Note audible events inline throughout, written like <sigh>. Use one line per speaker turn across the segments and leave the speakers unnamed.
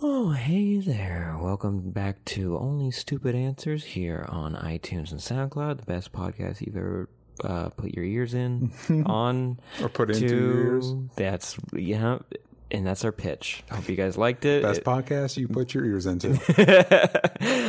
Oh, hey there. Welcome back to Only Stupid Answers here on iTunes and SoundCloud, the best podcast you've ever uh, put your ears
<laughs>
in on.
Or put into your ears.
That's, yeah, and that's our pitch. Hope you guys liked it. <laughs>
Best podcast you put your ears into.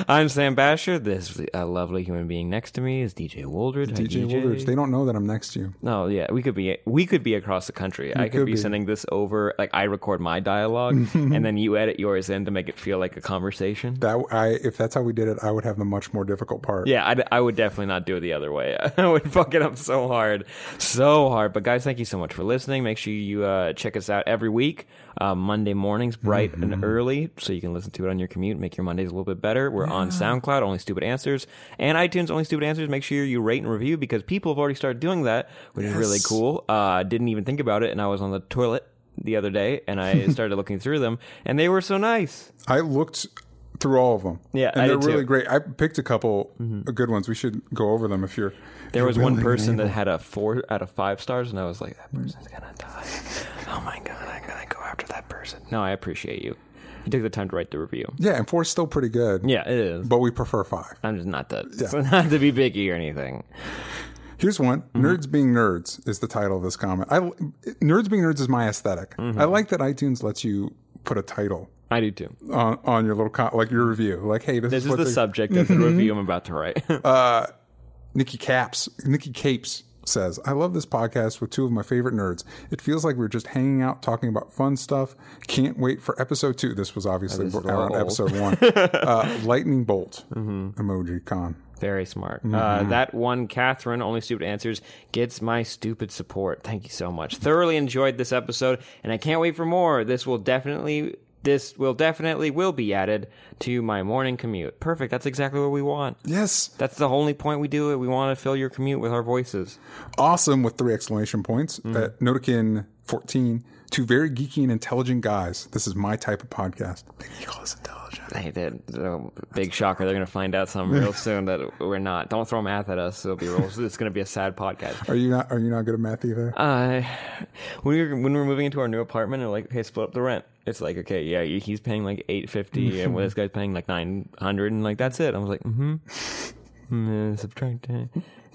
I'm Sam Basher. This uh, lovely human being next to me is DJ Woldridge. Hi,
DJ Woolridge. They don't know that I'm next to you.
No, yeah, we could be we could be across the country. I could,
could
be,
be.
sending this over. Like I record my
<laughs>
dialogue, and then you edit yours in to make it feel like a conversation.
That I, if that's how we did it, I would have the much more difficult part.
yeah, I'd, I would definitely not do it the other way. <laughs> I would fuck it up so hard, so hard. But guys, thank you so much for listening. Make sure you uh, check us out every week, uh, Monday mornings, bright and early, so you can listen to it on your commute. Make your Mondays a little bit better. We're on SoundCloud, Only Stupid Answers, and iTunes, Only Stupid Answers. Make sure you rate and review because people have already started doing that, which is really cool. Uh, didn't even think about it, and I was on the toilet the other day, and I started looking through them, and they were so nice.
I looked through all of them.
Yeah,
and
I
they're
did too. Mm-hmm.
really great. I picked a couple good ones. We should go over them if you're. if
There
you're
was one
willing.
person that had a four out of five stars, and I was like, that person's gonna die. Oh my god, I gotta go after that person. No, I appreciate you. You took the time to write the review.
Yeah, and four's still pretty good.
Yeah, it is.
But we prefer five.
I'm just not that. <laughs> Not to be picky or anything.
Here's one.
Mm-hmm.
Nerds being nerds is the title of this comment. I nerds being nerds is my esthetic
Mm-hmm.
I like that iTunes lets you put a title
I do too.
on, on your little com- like your review. Like, hey, this,
This
is
is
what
the
they-
subject of the review I'm about to write.
Nikki Caps, Nikki Capes says, I love this podcast with two of my favorite nerds. It feels like we're just hanging out talking about fun stuff. Can't wait for episode two. This was obviously
This is
around
old.
episode one. uh, lightning bolt emoji con.
Very smart. Uh, that one, Catherine, only stupid answers, gets my stupid support. Thank you so much. Thoroughly enjoyed this episode, and I can't wait for more. This will definitely, this will definitely will be added to my morning commute. Perfect. That's exactly what we want.
Yes,
That's the only point we do it. We want to fill your commute with our voices.
awesome with three exclamation points. Uh, Notikin fourteen. Two very geeky and intelligent guys. This is my type of podcast. Big Eagle is intelligent.
Hey, that so big shocker. They're going to find out something <laughs> real soon that we're not. Don't throw math at us. It'll be real. It's going to be a sad podcast.
Are you not? Are you not good at math either?
Uh, when we were when we were moving into our new apartment, and like, hey, split up the rent. It's like, okay, yeah, you- he's paying like eight fifty, and well, this guy's paying like nine hundred, and like that's it. I was like, mm-hmm, mm, uh, subtract it,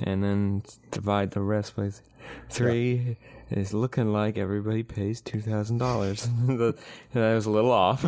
and then s- divide the rest by th- three. It's looking like everybody pays two thousand dollars. <laughs> That was a little off.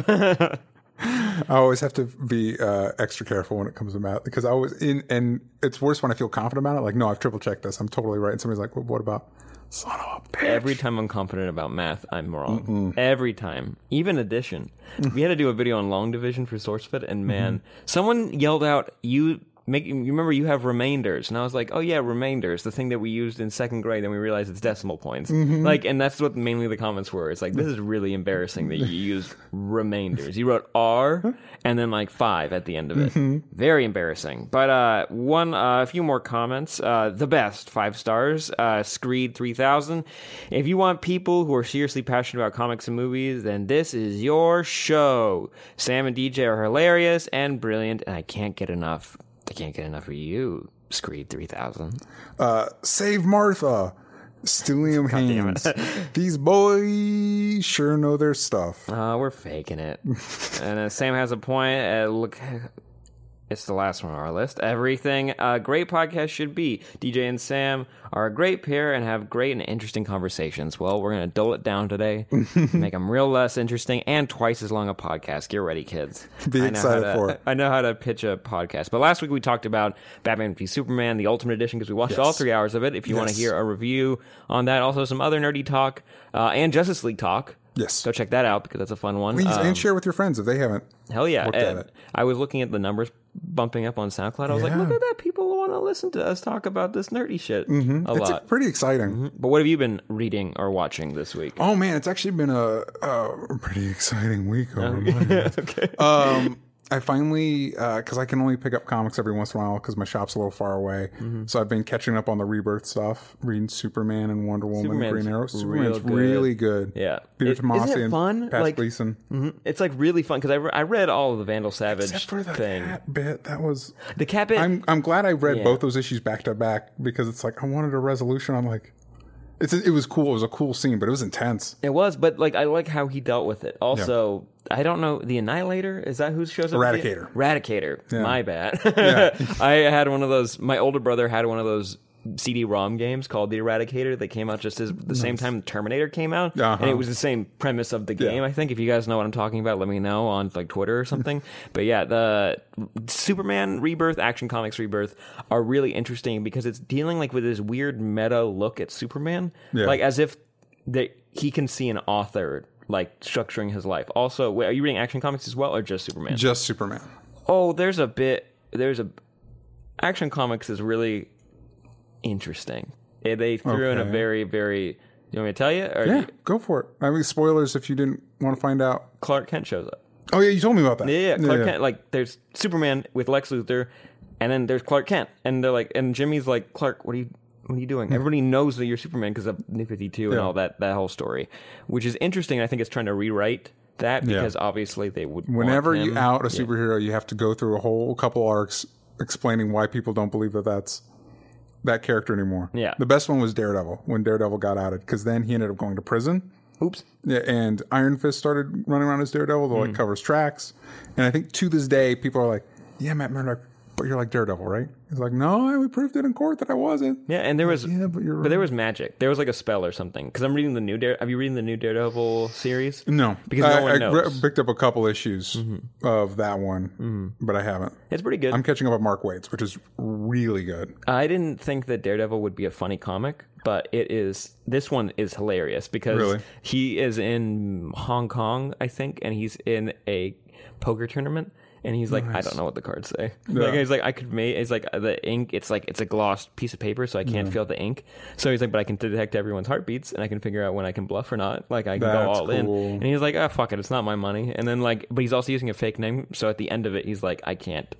I always have to be uh, extra careful when it comes to math because I always in and it's worse when I feel confident about it. Like, no, I've triple checked this. I'm totally right. And somebody's like, well, what about son of a bitch?
Every time I'm confident about math, I'm wrong. Every time. Even addition. we had to do a video on long division for SourceFed, and man, someone yelled out, You make you remember you have remainders. And I was like, Oh yeah, remainders, the thing that we used in second grade, and we realized it's decimal points. Like and that's what mainly the comments were. It's like this is really embarrassing that you used remainders. You wrote R and then like five at the end of it. Very embarrassing. But uh one uh, a few more comments. Uh the best, five stars. Uh Screed three thousand. If you want people who are seriously passionate about comics and movies, then this is your show. Sam and DJ are hilarious and brilliant, and I can't get enough I can't get enough of you, Screed three thousand.
Uh, save Martha.
<laughs>
Stellium hands. These boys sure know their stuff.
Uh, we're faking
<laughs>
it. and uh, Sam has a point. Uh, look, it's the last one on our list. Everything a great podcast should be. DJ and Sam are a great pair and have great and interesting conversations. Well, we're going to dull it down
<laughs>
today, make them real less interesting and twice as long a podcast. Get ready, kids.
<laughs> Be
I know how
excited
to-
for it.
I know how to pitch a podcast. But last week we talked about Batman v Superman, the Ultimate Edition, because we watched all three hours of it. If you want to
Yes.
hear a review on that, also some other nerdy talk uh, and Justice League talk.
Yes.
Go check that out because that's a fun one.
Please
Um,
and share with your friends if they haven't.
hell yeah.
Looked at
Uh,
it.
I was looking at the numbers bumping up on SoundCloud. I was like,
Yeah.
look at that. People want to listen to us talk about this nerdy shit a
Mm-hmm. it's
lot.
pretty exciting.
but what have you been reading or watching this week?
Oh man, it's actually been a, a pretty exciting week. Over my
<laughs> okay.
um, I finally, because I can only pick up comics every once in a while because my shop's a little far away.
Mm-hmm.
So I've been catching up on the Rebirth stuff, reading Superman and Wonder Woman
Superman's
and Green Arrow.
real
Superman's
good.
really good.
Yeah.
Peter
It- isn't
Tomasi
it
and
fun?
Pat
Like-
Gleason.
Mhm. It's like really fun because I, re- I read all of the Vandal Savage
Except for the
thing.
cat bit, that was.
The cat bit.
I'm I'm glad I read
Yeah.
both those issues back to back because it's like I wanted a resolution. I'm like, it's it was cool. It was a cool scene, but it was intense.
It was, but like I like how he dealt with it. Also, I don't know the Annihilator. Is that who shows up? at the-
Eradicator.
Eradicator. My bad. <laughs>
<laughs>
I had one of those. My older brother had one of those CD-ROM games called The Eradicator. They came out just as the same time Terminator came out,
Uh-huh.
and it was the same premise of the game. I think if you guys know what I'm talking about, let me know on like Twitter or
<laughs>
something. but yeah, the Superman Rebirth, Action Comics Rebirth are really interesting because it's dealing like with this weird meta look at Superman,
Yeah.
like as if that he can see an author like structuring his life. Also, wait, are you reading Action Comics as well, or just Superman?
Just Superman.
oh, there's a bit. There's a Action Comics is really interesting. They- They threw in a
Okay.
very, very. You want me to tell you? Or
Yeah, go for it. I mean, spoilers if you didn't want to find out.
Clark Kent shows up.
Oh yeah, you told me about that.
Yeah, yeah, Clark Kent. Like, there's Superman with Lex Luthor, and then there's Clark Kent, and they're like, and Jimmy's like, Clark, what are you, what are you
Hmm.
doing? Everybody knows that you're Superman because of New Fifty Two and all that, that whole story, which is interesting. and I think it's trying to rewrite that because obviously they would. want
Whenever you
him.
out a superhero, you have to go through a whole couple arcs explaining why people don't believe that that's that character anymore.
Yeah.
The best one was Daredevil when Daredevil got outed because then he ended up going to prison.
oops,
Yeah, and Iron Fist started running around as Daredevil. That
Mm.
like covers tracks, and I think to this day people are like, "Yeah, Matt Murdock, but you're like Daredevil, right?" He's like, "No, I proved it in court that I wasn't."
yeah, and there was,
Yeah, but you're.
but there was magic. There was like a spell or something because I'm reading the new Dare. Have you reading the new Daredevil series?
No,
because
I,
no one
I
knows. Mm-hmm.
re- picked up a couple issues of that one, but I haven't.
It's pretty good.
I'm catching up on Mark Waits, which is really good.
I didn't think that Daredevil would be a funny comic, but it is. This one is hilarious because
Really?
he is in Hong Kong, I think, and he's in a poker tournament. And he's like, I don't know what the cards say. <laughs> Like, he's like, I could make. It's like uh, the ink. It's like it's a glossed piece of paper, so I can't feel the ink. So he's like, but I can detect everyone's heartbeats, and I can figure out when I can bluff or not. Like I can go
That's
all in.
cool.
And he's like, oh fuck it, it's not my money. And then like, but he's also using a fake name. So at the end of it, he's like, I can't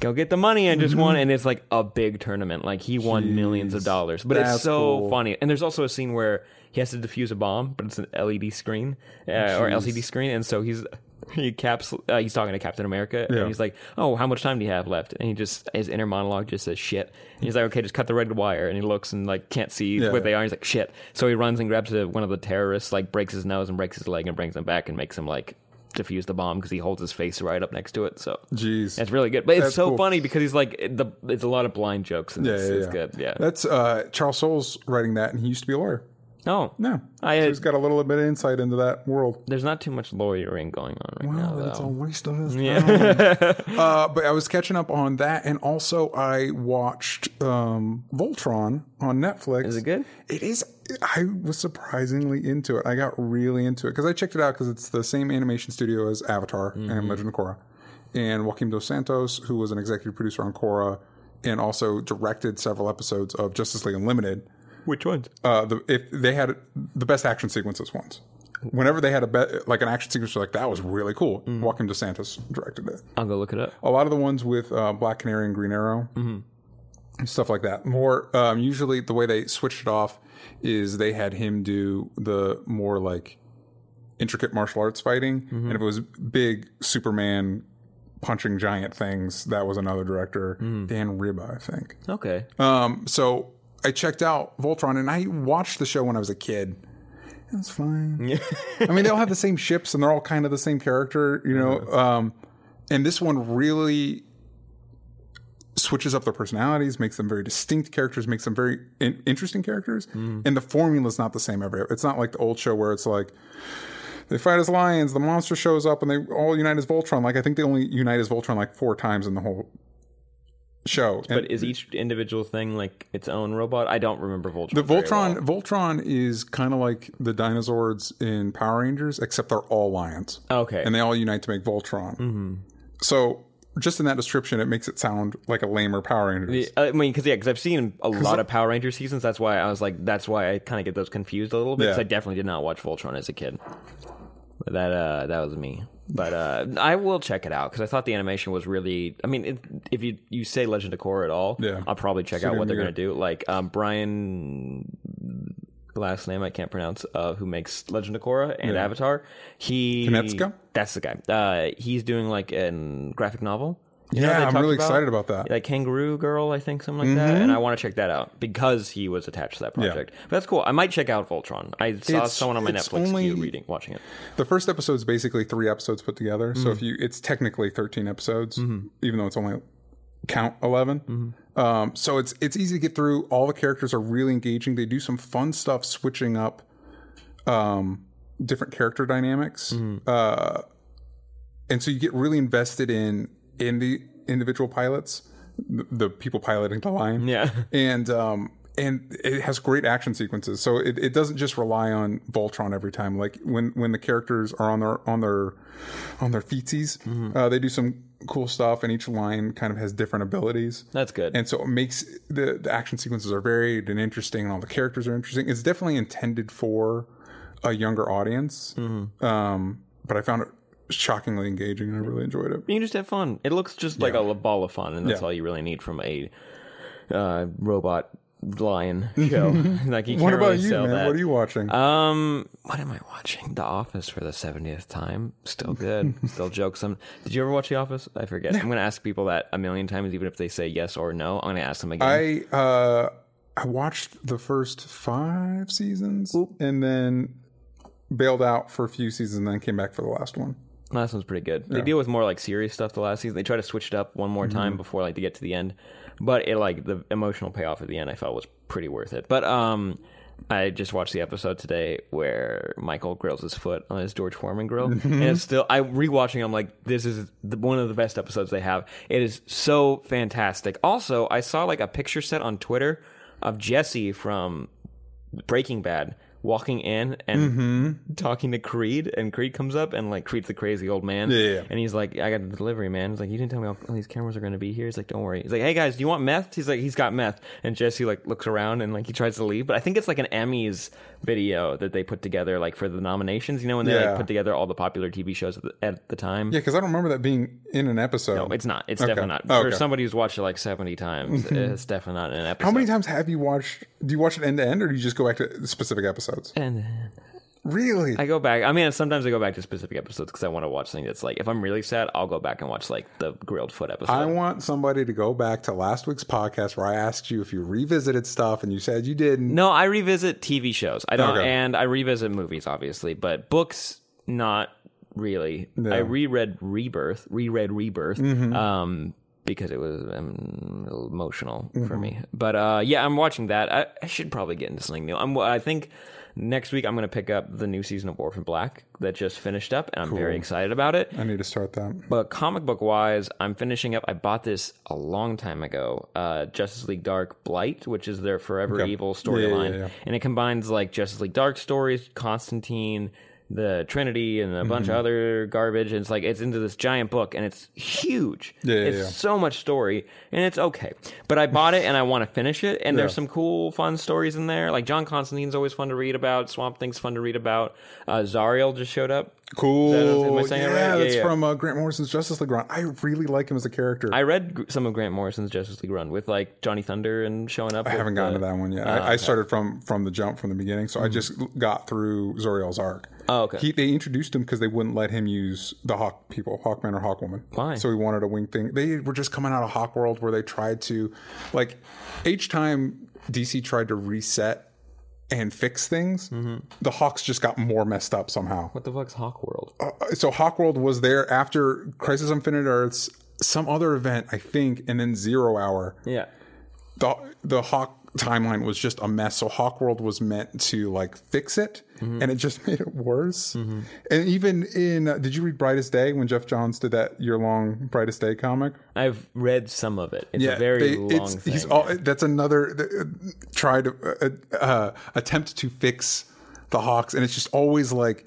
go get the money I just
<laughs>
won. And it's like a big tournament. Like he won millions of dollars. But it's
That's
so
cool.
funny. And there's also a scene where he has to defuse a bomb, but it's an LED screen uh, or LCD screen, and so he's. <laughs> He caps. Uh, he's talking to Captain America,
Yeah.
and he's like, "Oh, how much time do you have left?" And he just his inner monologue just says "shit." And he's like, "Okay, just cut the red wire." And he looks and like can't see
Yeah.
where they are. He's like, "Shit!" So he runs and grabs a, one of the terrorists, like breaks his nose and breaks his leg, and brings him back and makes him like defuse the bomb because he holds his face right up next to it. So
Jeez,
it's really good, but it's
That's
so
cool.
funny because he's like the. It's a lot of blind jokes and it's, it's good. Yeah.
That's uh, Charles Soule's writing that, and he used to be a lawyer.
oh
No,
I, uh,
so he's got a little bit of insight into that world.
There's not too much lawyering going on right now,
Well,
though.
then it's a waste of
<laughs>
his time. uh, but I was catching up on that, and also I watched um, Voltron on Netflix.
Is it good?
It is. I was surprisingly into it. I got really into it because I checked it out because it's the same animation studio as Avatar
Mm-hmm.
and Legend of Korra, and Joaquin dos Santos, who was an executive producer on Korra, and also directed several episodes of Justice League Unlimited
Which ones?
uh, the, if they had the best action sequences once. Whenever they had a be- like an action sequence, you're like that was really cool. Joaquin DeSantis directed it.
I'll go look it up.
A lot of the ones with uh, Black Canary and Green Arrow, stuff like that. More um, usually the way they switched it off is they had him do the more like intricate martial arts fighting, and if it was big Superman punching giant things, that was another director, Dan Riba, I think.
Okay.
Um, so I checked out Voltron, and I watched the show when I was a kid. It was fine. I mean, they all have the same ships, and they're all kind of the same character, you know. Um, and this one really switches up their personalities, makes them very distinct characters, makes them very in- interesting characters. And the formula's not the same every. It's not like the old show where it's like they fight as lions, the monster shows up, and they all unite as Voltron. Like I think they only unite as Voltron like four times in the whole show. And-
But is each individual thing like its own robot? I don't remember Voltron.
The
very well.
Voltron Voltron is kind of like the dinosaurs in
Oh.
Power Rangers, except they're all lions,
Okay. Mm-hmm.
and they all unite to make Voltron. So just in that description, it makes it sound like a lamer Power Rangers.
Yeah, I mean, because yeah, because I've seen a lot of Power Ranger seasons. That's why I was like, that's why I kind of get those confused a little bit. 'cause
Yeah.
I definitely did not watch Voltron as a kid. But that uh, that was me. But uh, I will check it out because I thought the animation was really. I mean, it, if you you say Legend of Korra at all,
Yeah.
I'll probably check out
gonna
what they're
be
going to do. Like um, Brian last name I can't pronounce, uh, who makes Legend of Korra and Avatar. He
Kinetsuka?
That's the guy. Uh, he's doing like an graphic novel. You know, they
Yeah, I'm
talked
really excited about that.
Like Kangaroo Girl, I think something like that.
Mm-hmm.
And I want to check that out because he was attached to that project. But that's cool. I might check out Voltron. I saw
It's-
someone on my
it's
Netflix
only-
queue reading, watching it. <laughs>
The first episode is basically three episodes put together. So if you, it's technically 13 episodes, even though it's only count 11. Um, so it's it's easy to get through. All the characters are really engaging. They do some fun stuff, switching up um, different character dynamics, uh, and so you get really invested in in the individual pilots, the, the people piloting the line.
Yeah.
and um and it has great action sequences so it, it doesn't just rely on voltron every time like when when the characters are on their on their on their feetsies
Mm-hmm.
uh, they do some cool stuff and each line kind of has different abilities
That's good.
and so it makes the the action sequences are varied and interesting and all the characters are interesting it's definitely intended for a younger audience
Mm-hmm.
um but i found it shockingly engaging and i really enjoyed it
you can just have fun. It looks just like a ball of fun, and that's
Yeah.
all you really need from a uh, robot
<laughs>
lion show. <laughs> like you can't
what about
really
you
sell
man
that.
what are you watching
Um, what am I watching? The Office for the seventieth time. Still
<laughs>
good. Still jokes. i did you ever watch The Office? I forget. I'm gonna ask people that a million times, even if they say yes or no. I'm gonna ask them again.
I uh I watched the first five seasons and then bailed out for a few seasons and then came back for the last one.
last one's pretty good. They deal with more like serious stuff the last season. They try to switch it up one more time before like to get to the end, but it like the emotional payoff at the end I felt was pretty worth it. But um. I just watched the episode today where Michael grills his foot on his George Foreman grill, and it's still. I rewatching. I'm like, this is the, one of the best episodes they have. It is so fantastic. Also, I saw like a picture set on Twitter of Jesse from Breaking Bad walking in and
Mm-hmm.
talking to Creed, and Creed comes up and like Creed's the crazy old man.
yeah, yeah.
And he's like, I got the delivery, man. He's like, you didn't tell me all, all these cameras are going to be here. He's like, don't worry. He's like, hey guys, do you want meth? He's like, he's got meth. And Jesse like looks around and like he tries to leave, but I think it's like an Emmys video that they put together like for the nominations, you know, and they
Yeah.
like put together all the popular TV shows at the, at the time.
Yeah, because I don't remember that being in an episode.
No, it's not. It's definitely not.
Oh,
For
okay. Mm-hmm.
somebody who's watched it like 70 times, it's definitely not an episode.
How many times have you watched? Do you watch it end to end, or do you just go back to specific episodes?
And
Really?
I go back. I mean, sometimes I go back to specific episodes because I want to watch something that's like, if I'm really sad, I'll go back and watch like the grilled foot episode.
I want somebody to go back to last week's podcast where I asked you if you revisited stuff, and you said you didn't.
no, I revisit TV shows. I don't,
Okay.
and I revisit movies, obviously, but books, not really. I reread Rebirth, reread Rebirth, um, because it was um, emotional for me. But uh, yeah, I'm watching that. I, I should probably get into something new. I'm, I think next week I'm going to pick up the new season of Orphan Black that just finished up, and I'm very excited about it.
I need to start that.
But comic book wise, I'm finishing up. I bought this a long time ago. Uh, Justice League Dark Blight, which is their Forever
Okay.
Evil
Yeah, yeah,
storyline,
yeah, yeah.
and it combines like Justice League Dark stories, Constantine, the Trinity, and a bunch of
Mm-hmm.
other garbage. And it's like it's into this giant book, and it's huge.
yeah,
it's
yeah.
so much story, and it's okay. But I bought it, and I want to finish it. And there's some cool, fun stories in there. Like John Constantine's always fun to read about. Swamp Thing's fun to read about. Uh, Zariel just showed up.
Cool.
am I saying it
yeah,
right? Yeah,
that's
yeah.
from uh, Grant Morrison's Justice League run. I really like him as a character.
I read gr- some of Grant Morrison's Justice League run with like Johnny Thunder and showing up.
I haven't gotten to that one
Ah,
yet. I, I started from from the jump from the beginning, so I just l- got through Zoriel's arc.
Mm-hmm. Oh, okay.
He, they introduced him because they wouldn't let him use the Hawk people, Hawkman or Hawkwoman.
Why?
So he wanted a wing thing. They were just coming out of Hawk World where they tried to, like, each time DC tried to reset and fix things, the Hawks just got more messed up somehow.
Mm-hmm.
Uh,
What the fuck's Hawk World?
So Hawkworld was there after Crisis on Infinite Earths, some other event, I think, and then Zero Hour
Yeah.
the the Hawk timeline was just a mess. So Hawk World was meant to like fix it,
Mm-hmm.
and it just <laughs> made it worse. And even in uh, did you read Brightest Day when Jeff Johns did that year long Brightest Day comic?
I've read some of it. It's a very
they-
long thing.
He's all, that's another uh, try to uh, uh, attempt to fix the Hawks, and it's just always like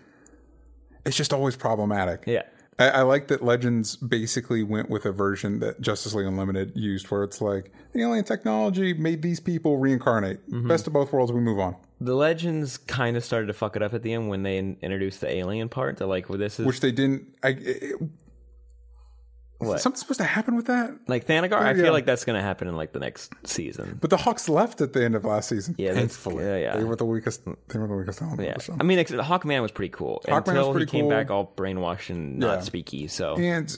it's just always problematic.
yeah.
I, I like that Legends basically went with a version that Justice League Unlimited used, where it's like the alien technology made these people reincarnate.
Mm-hmm.
Best of both worlds. We move on,
The Legends kind of started to fuck it up at the end when they in- introduced the alien part. They're like, well, this is
which they didn't. I, it,
What?
something's supposed to happen with that?
like Thanagar. I
Yeah.
feel like that's gonna happen in like the next season.
But the Hawks left at the end of last season.
Yeah, that's-
thankfully.
yeah, yeah.
They were the weakest. They were the weakest element.
Yeah,
or something.
I mean, ex- Hawkman was pretty cool
Hawkman was
until
pretty
he came
cool.
back all brainwashed and not
Yeah.
speaky. So
And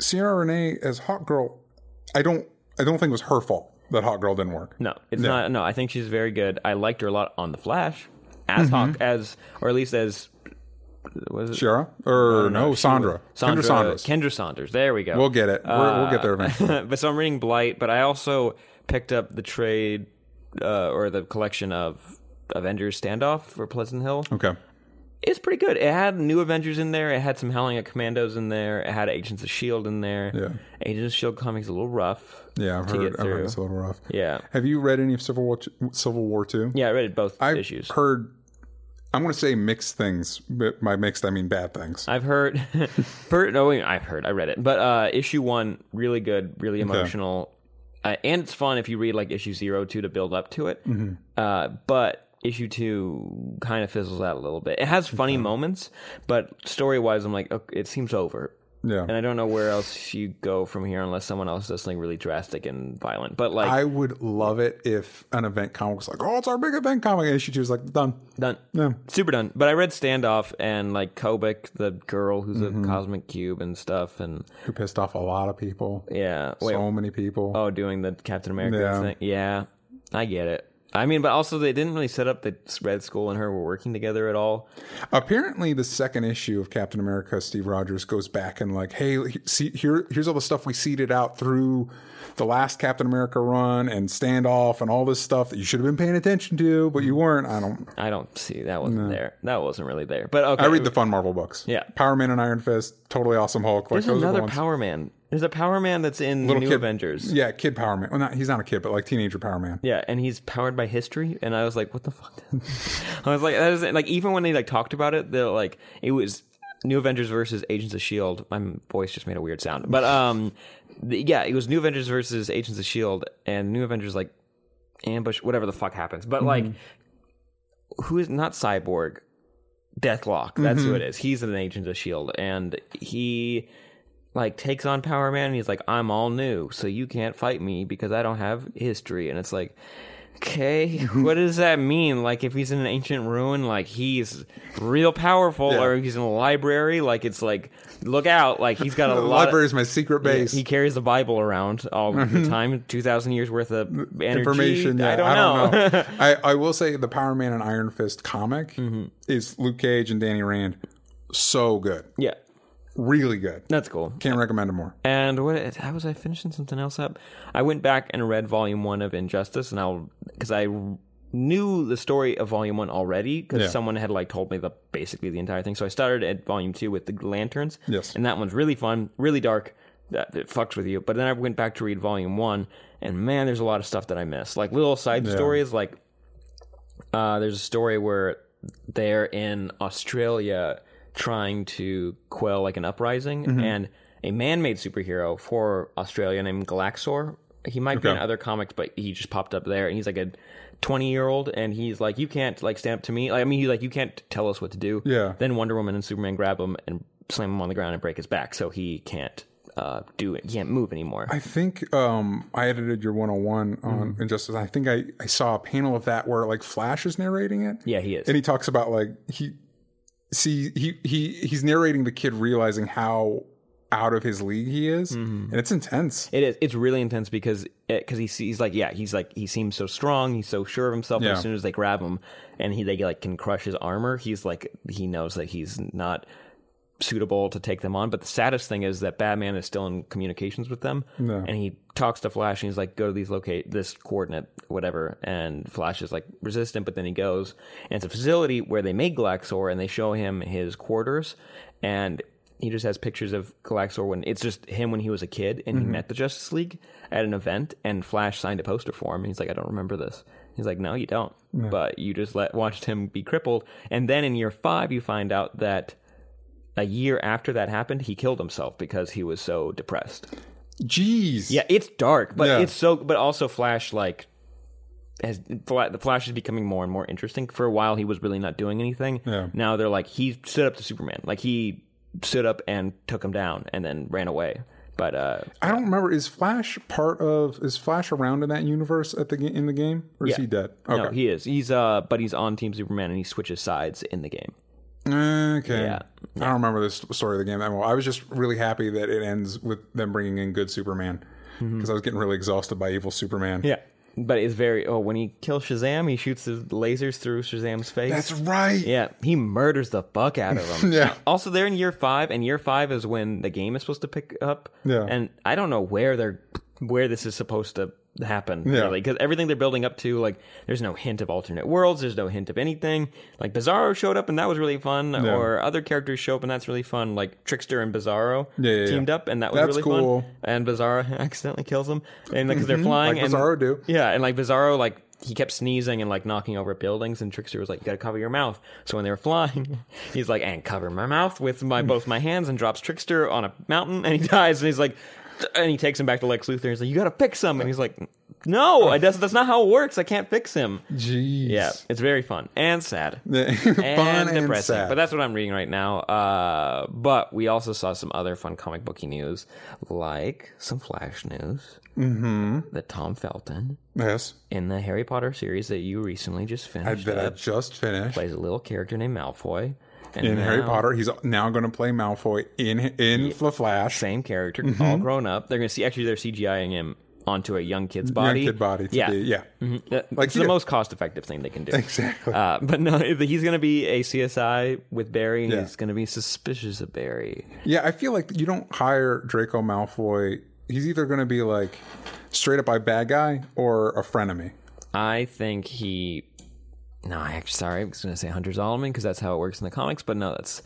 Sierra Renee as Hot Girl, I don't I don't think it was her fault that Hot Girl didn't work.
no, it's not. No, I think she's very good. I liked her a lot on the Flash as
Mm-hmm.
Hawk, as or at least as was it
Sierra or no, Sandra. Kendra Saunders.
Kendra Saunders. There we go.
we'll get it. We're, we'll get there eventually.
<laughs> but so I'm reading Blight, but I also picked up the trade uh, or the collection of Avengers Standoff for Pleasant Hill.
Okay.
It's pretty good. It had new Avengers in there. It had some Howling at Commandos in there. It had Agents of Shield E in there.
Yeah.
Agents of Shield E comics a little rough.
Yeah, I've
to
heard,
get
I've
through.
heard it's a little rough.
Yeah,
Have you read any of Civil War Civil War Two?
yeah. I read both
I've
issues.
heard. I'm going to say mixed things, but by mixed I mean bad things.
I've heard, <laughs> per, no, wait, I've heard, I read it. But uh, issue one, really good, really emotional, uh, and it's fun if you read like issue zero two to build up to it. Uh, but issue two kind of fizzles out a little bit. It has funny moments, but story wise, I'm like, okay, it seems over.
yeah.
And I don't know where else you go from here unless someone else does something really drastic and violent. But like,
I would love it if an event comic was like, "Oh, it's our big event comic." And issue two is like, "Done."
done, super done. But I read Standoff and like Kobik, the girl who's a cosmic cube and stuff, and
Who pissed off a lot of people?
yeah, wait,
so many people.
Oh, doing the Captain America
Yeah.
thing. Yeah, I get it. I mean, but also they didn't really set up that Red Skull and her were working together at all.
Apparently, the second issue of Captain America, Steve Rogers goes back and like, hey, see, here, here's all the stuff we seeded out through the last Captain America run and standoff and all this stuff that you should have been paying attention to, but you weren't. I don't.
I don't see that wasn't there. That wasn't really there. But okay,
I read the fun Marvel books.
Yeah.
Power Man and Iron Fist, totally awesome Hulk. Like
there's
those are the
another
ones-
Power Man. There's a Power Man that's in New
kid-
Avengers. Yeah.
Yeah, kid Power Man. Well, not he's not a kid, but like teenager Power Man.
and he's powered by history. And I was like, what the fuck? <laughs> I was like, that isn't like even when they like talked about it, they're like, it was New Avengers versus Agents of Shield. E My voice just made a weird sound, but um, the, yeah, it was New Avengers versus Agents of Shield, E and New Avengers like ambush whatever the fuck happens but like who is not cyborg deathlock that's who it is he's an agent of shield E and he like takes on power man and he's like i'm all new so you can't fight me because i don't have history and it's like okay what does that mean like if he's in an ancient ruin like he's real powerful or he's in a library like it's like look out like he's got a
The
lot of
library is my secret base.
he carries the Bible around all the time, two thousand years worth of energy.
Mm-hmm. information. Yeah,
I don't know.
I, I will say the Power Man and Iron Fist comic
Mm-hmm.
is Luke Cage and Danny Rand. So good,
<laughs> yeah,
really good.
that's cool.
Can't recommend it more.
And what? How was I finishing something else up? I went back and read Volume One of Injustice, and I'll because I knew the story of Volume One already because
Yeah.
someone had like told me the basically the entire thing. So I started at Volume Two with the lanterns.
Yes.
and that one's really fun, really dark. That it fucks with you. But then I went back to read Volume One, and man, there's a lot of stuff that I missed, like little side stories, like uh, there's a story where they're in Australia trying to quell like an uprising,
Mm-hmm.
and a man-made superhero for Australia named Galaxor. He might be in other comics, but he just popped up there, and he's like a twenty-year-old, and he's like, "You can't like stand up to me." Like, I mean, he's like, "You can't tell us what to do."
Yeah.
Then Wonder Woman and Superman grab him and slam him on the ground and break his back, so he can't uh, do it. He can't move anymore.
I think um, I edited your 101 on
Mm-hmm.
Injustice. I think I, I saw a panel of that where like Flash is narrating it.
yeah, he is.
and he talks about like he see he he he's narrating the kid realizing how out of his league he is,
Mm-hmm.
and it's intense.
It is. It's really intense because because he sees like yeah he's like he seems so strong he's so sure of himself and
Yeah.
as soon as they grab him and he they like can crush his armor he's like he knows that he's not suitable to take them on but the saddest thing is that Batman is still in communications with them and he talks to Flash and he's like go to these locate this coordinate whatever and Flash is like resistant but then he goes and it's a facility where they made Glaxor and they show him his quarters and he just has pictures of Galaxor when it's just him when he was a kid and he met the Justice League at an event and Flash signed a poster for him and he's like, I don't remember this. He's like, No, you don't. But you just let watched him be crippled. And then in year five you find out that a year after that happened, he killed himself because he was so depressed.
Jeez.
Yeah, it's dark, but
Yeah.
it's so. But also, Flash like has Fla- the Flash is becoming more and more interesting. For a while, he was really not doing anything.
Yeah.
Now they're like he stood up to Superman, like he stood up and took him down, and then ran away. But uh,
I don't remember. Is Flash part of? Is Flash around in that universe at the ga- in the game, or is
Yeah.
he dead? Okay.
no, he is he's uh, but he's on Team Superman, and he switches sides in the game.
okay.
Yeah.
I don't remember this story of the game that well. I was just really happy that it ends with them bringing in good Superman because I was getting really exhausted by evil Superman.
Mm-hmm. Yeah. But it's very oh when he kills Shazam, he shoots his lasers through Shazam's face.
That's right.
Yeah, he murders the fuck out
<laughs>
of him.
Yeah.
Also, they're in year five, and year five is when the game is supposed to pick up.
Yeah.
And I don't know where they're where this is supposed to happen
Yeah.
really because everything they're building up to like there's no hint of alternate worlds there's no hint of anything like bizarro showed up and that was really fun or other characters show up and that's really fun like trickster and bizarro
Yeah, yeah, yeah.
teamed up and that was
That's
really
cool. Mm-hmm.
fun and bizarro <laughs> accidentally kills them and like 'cause they're flying
Like
and
Bizarro do.
yeah, and like Bizarro, like he kept sneezing and like knocking over buildings, and Trickster was like, "You gotta cover your mouth." So when they were flying, <laughs> he's like, "And cover my mouth with my both my hands," and drops Trickster on a mountain, and he <laughs> dies. And he's like, and he takes him back to Lex Luthor. And he's like, "You gotta fix him," and he's like,
Oh.
"No, I that's that's not how it works. I can't fix him."
Jeez.
Yeah, it's very fun and sad.
<laughs> Fun
And,
and,
depressing,
sad.
but that's what I'm reading right now. Uh, but we also saw some other fun comic booky news, like some Flash news mm-hmm. that Tom Felton
yes.
in the Harry Potter series that you recently just
I,
finished
that I
up,
just finished
plays a little character named Malfoy. And
in Harry
now,
Potter. He's now going to play Malfoy in in the Flash.
Same character,
Mm-hmm.
all grown up. They're going to see, actually, they're CGIing him onto a young kid's body.
Young kid body. To
yeah. Mm-hmm.
Be, yeah.
Like, it's the
yeah.
most cost effective thing they can do.
<laughs> Exactly.
Uh, but no, <laughs> he's going to be a CSI with Barry, and
Yeah.
he's going to be suspicious of Barry.
Yeah, I feel like you don't hire Draco Malfoy. He's either going to be like straight up a bad guy or a frenemy.
I think he. No, I actually sorry, I was gonna say Hunter Zolomon because that's how it works in the comics, but no, that's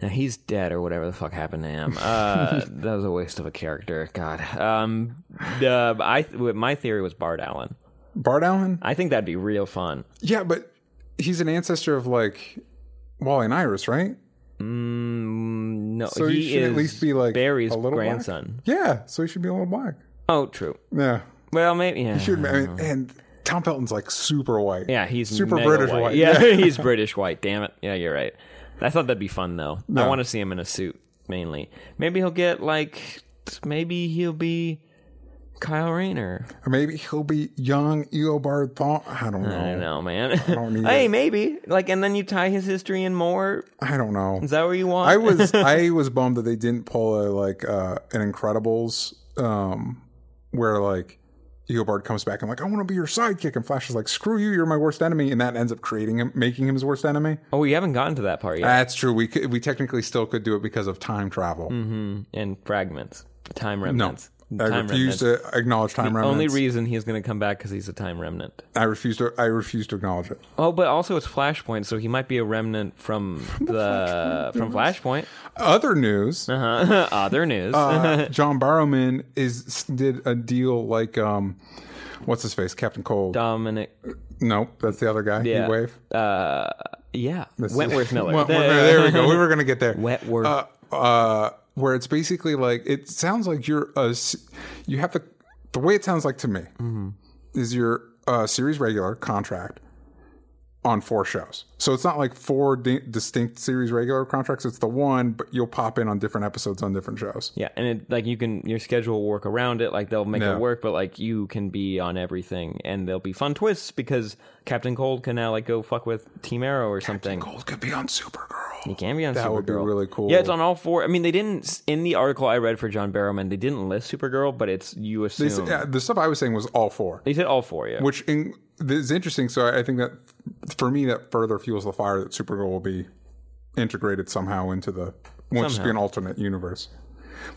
no, he's dead or whatever the fuck happened to him. Uh,
<laughs>
that was a waste of a character. God, um, the I my theory was Bard Allen.
Bart Allen?
I think that'd be real fun.
Yeah, but he's an ancestor of like Wally and Iris, right?
No,
So
he
he should
is
at least be, like,
Barry's
a little black?
grandson.
Yeah, so he should be a little black.
Oh, true.
Yeah.
Well, maybe yeah.
Dude, I mean, and Tom Felton's like super white.
Mm. Yeah, he's
Super
mega
British white.
Yeah, <laughs> he's British white. Damn it. Yeah, you're right. I thought that'd be fun though. I want to see him in a suit mainly. Maybe he'll get like, maybe he'll be Kyle Rayner.
<laughs> Or maybe he'll be young Eobard Thawne. I don't know.
I don't know, man. <laughs>
Oh. don't need
hey, maybe like, and then you tie his history in more.
I don't know.
Is that where you want?
I was
<laughs>
I was bummed that they didn't pull a like uh an Incredibles um where like Eobard comes back and like I want to be your sidekick and Flash is like screw you you're my worst enemy and that ends up creating him making him his worst enemy.
oh, we haven't gotten to that part yet.
That's true. We could, we technically still could do it because of time travel.
and fragments, time
No,
remnants.
I
Mm-hmm. time
refuse
remnants.
to acknowledge time remnants.
Only reason he's going to come back because he's a time remnant.
I refuse to I refuse to acknowledge it.
Oh, but also it's Flashpoint, so he might be a remnant from the from Flashpoint.
Other news.
<laughs> Uh-huh. Other news. <laughs>
uh, John Barrowman is did a deal like um what's his face Captain Cold.
Dominic.
Nope, that's the other guy.
Yeah.
Heat wave.
Uh, yeah. Wentworth Miller.
Wentworth Miller, <laughs> There we go. We were gonna get there.
Wentworth.
Uh, uh, where it's basically like it sounds like you're a s- you have to the way it sounds like to me is your uh, series regular contract on four shows. So it's not like four di- distinct series regular contracts. It's the one, but you'll pop in on different episodes on different shows.
yeah, and it, like you can your schedule will work around it. Like they'll make
Yeah.
it work, but like you can be on everything, and there'll be fun twists because Captain Cold can now like go fuck with Team Arrow or something.
Gold could be on Supergirl.
He can be on
That
Supergirl.
would be really cool.
Yeah, it's on all four. I mean, they didn't in the article I read for John Barrowman. They didn't list Supergirl, but it's you assume
It's- yeah, the stuff I was saying was all four.
they said all four. Yeah,
which in, is interesting. So I I think that for me, that further fuels the fire that Supergirl will be integrated somehow into the won't just be an alternate universe.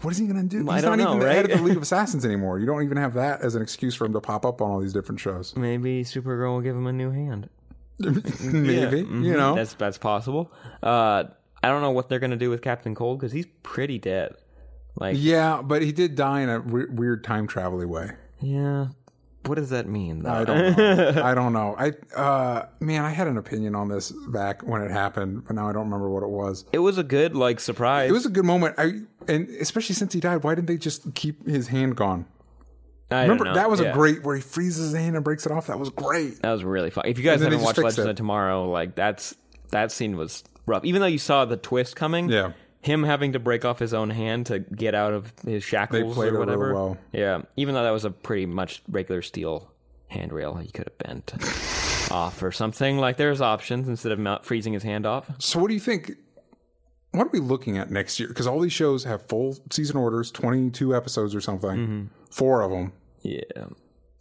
What is he going to do? He's
I don't
not even
know,
the head of
right?
the
<laughs>
League of Assassins anymore. You don't even have that as an excuse for him to pop up on all these different shows.
maybe Supergirl will give him a new hand. Mm,
<laughs> Maybe you know.
mm-hmm, That's that's possible. Uh, I don't know what they're gonna do with Captain Cold because he's pretty dead. Like, yeah.
yeah, but he did die in a w- weird time travel way.
what does that mean? Though?
I
<laughs>
don't know. I don't know. I uh man, I had an opinion on this back when it happened, but now I don't remember what it was.
It was a good like surprise.
It was a good moment. I and especially since he died, why didn't they just keep his hand gone?
I don't
Remember
know.
that was
Yeah.
a great where he freezes his hand and breaks it off. That was great.
That was really fun. If you guys
And then they
haven't
just
watched
fixed
Legends
it.
of Tomorrow, like that's that scene was rough. Even though you saw the twist coming,
Yeah.
him having to break off his own hand to get out of his shackles
played it
or
real
whatever.
well.
Yeah, even though that was a pretty much regular steel handrail, he could have bent <laughs> off or something. Like there's options instead of not freezing his hand off.
So what do you think? What are we looking at next year? Because all these shows have full season orders, twenty-two episodes or something.
Mm-hmm.
Four of them.
Yeah,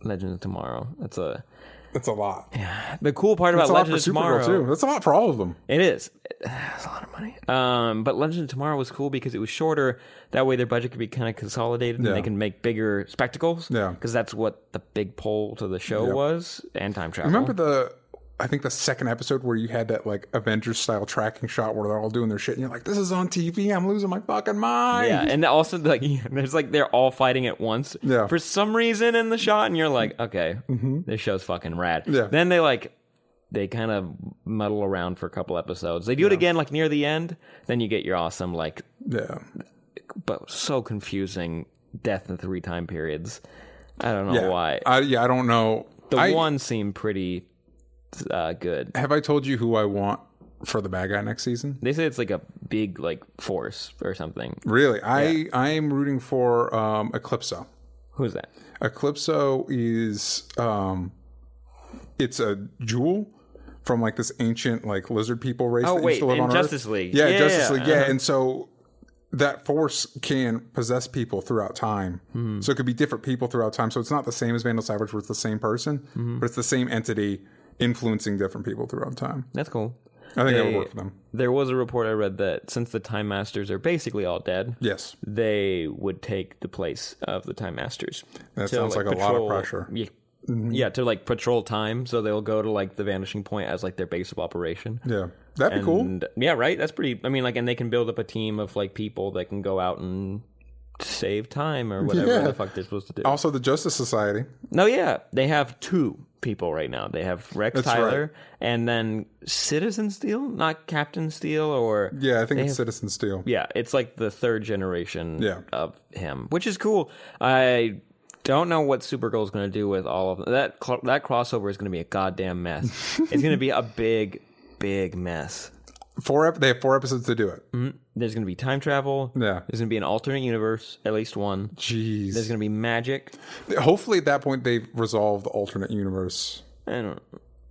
Legends of Tomorrow. That's a
That's a lot.
the cool part
That's
about
a lot for
Legends of
Supergirl
Tomorrow
too. That's a lot for all of them.
It <sighs> is. It's a lot of money. Um, but Legend of Tomorrow was cool because it was shorter. That way, their budget could be kind of consolidated,
Yeah.
and they can make bigger spectacles.
Yeah.
because that's what the big pull to the show was, and time travel.
Remember the I think the second episode where you had that like Avengers style tracking shot where they're all doing their shit and you're like, This is on TV, I'm losing my fucking mind.
Yeah, and also like <laughs> there's like they're all fighting at once
Yeah. Mm-hmm.
for some reason in the shot, and you're like, okay, this show's fucking rad.
Yeah.
Then they like they kind of muddle around for a couple episodes. They do it again like near the end. Then you get your awesome like
Yeah.
but so confusing death in three time periods. I don't know
Yeah.
why.
I yeah, I don't know.
the
I-
one seemed pretty uh, good.
have I told you who I want for the bad guy next season?
They say it's like a big like force or something.
Really? I I am rooting for um Eclipso.
Who's that?
Eclipso is um it's a jewel from like this ancient like lizard people race
Oh,
that
wait,
used to live
in
on
Justice
Earth.
League.
Yeah,
Yeah,
Justice
yeah, uh-huh.
League, yeah. And so that force can possess people throughout time.
Hmm.
So it could be different people throughout time. So it's not the same as Vandal Savage where it's the same person,
Mm-hmm.
but it's the same entity influencing different people throughout time.
That's cool.
I think that would
They-
work for them.
There was a report I read that since the Time Masters are basically all dead,
Yes.
they would take the place of the Time Masters.
That
to,
sounds like a lot of pressure. Mm-hmm.
Yeah, yeah, to like patrol time, so they'll go to like the Vanishing Point as like their base of operation.
Yeah. That'd be cool.
And yeah, right. That's pretty. I mean, like, and they can build up a team of like people that can go out and save time or whatever
Yeah.
the fuck they're supposed to do.
Also the Justice Society.
no, yeah, they have two people right now. They have Rex Tyler and then Citizen Steel, not Captain Steel, or
Yeah, I think it's Citizen Steel.
yeah, it's like the third generation
Yeah.
of him, which is cool. I don't know what Supergirl's going to do with all of them. That cl- that crossover is going to be a goddamn mess.
<laughs>
it's going to be a big, big mess.
Four ep- they have four episodes to do it.
Mm. There's going to be time travel.
Yeah.
There's going to be an alternate universe, at least one.
Jeez.
There's going to be magic.
Hopefully, at that point, they've resolved the alternate universe.
I don't.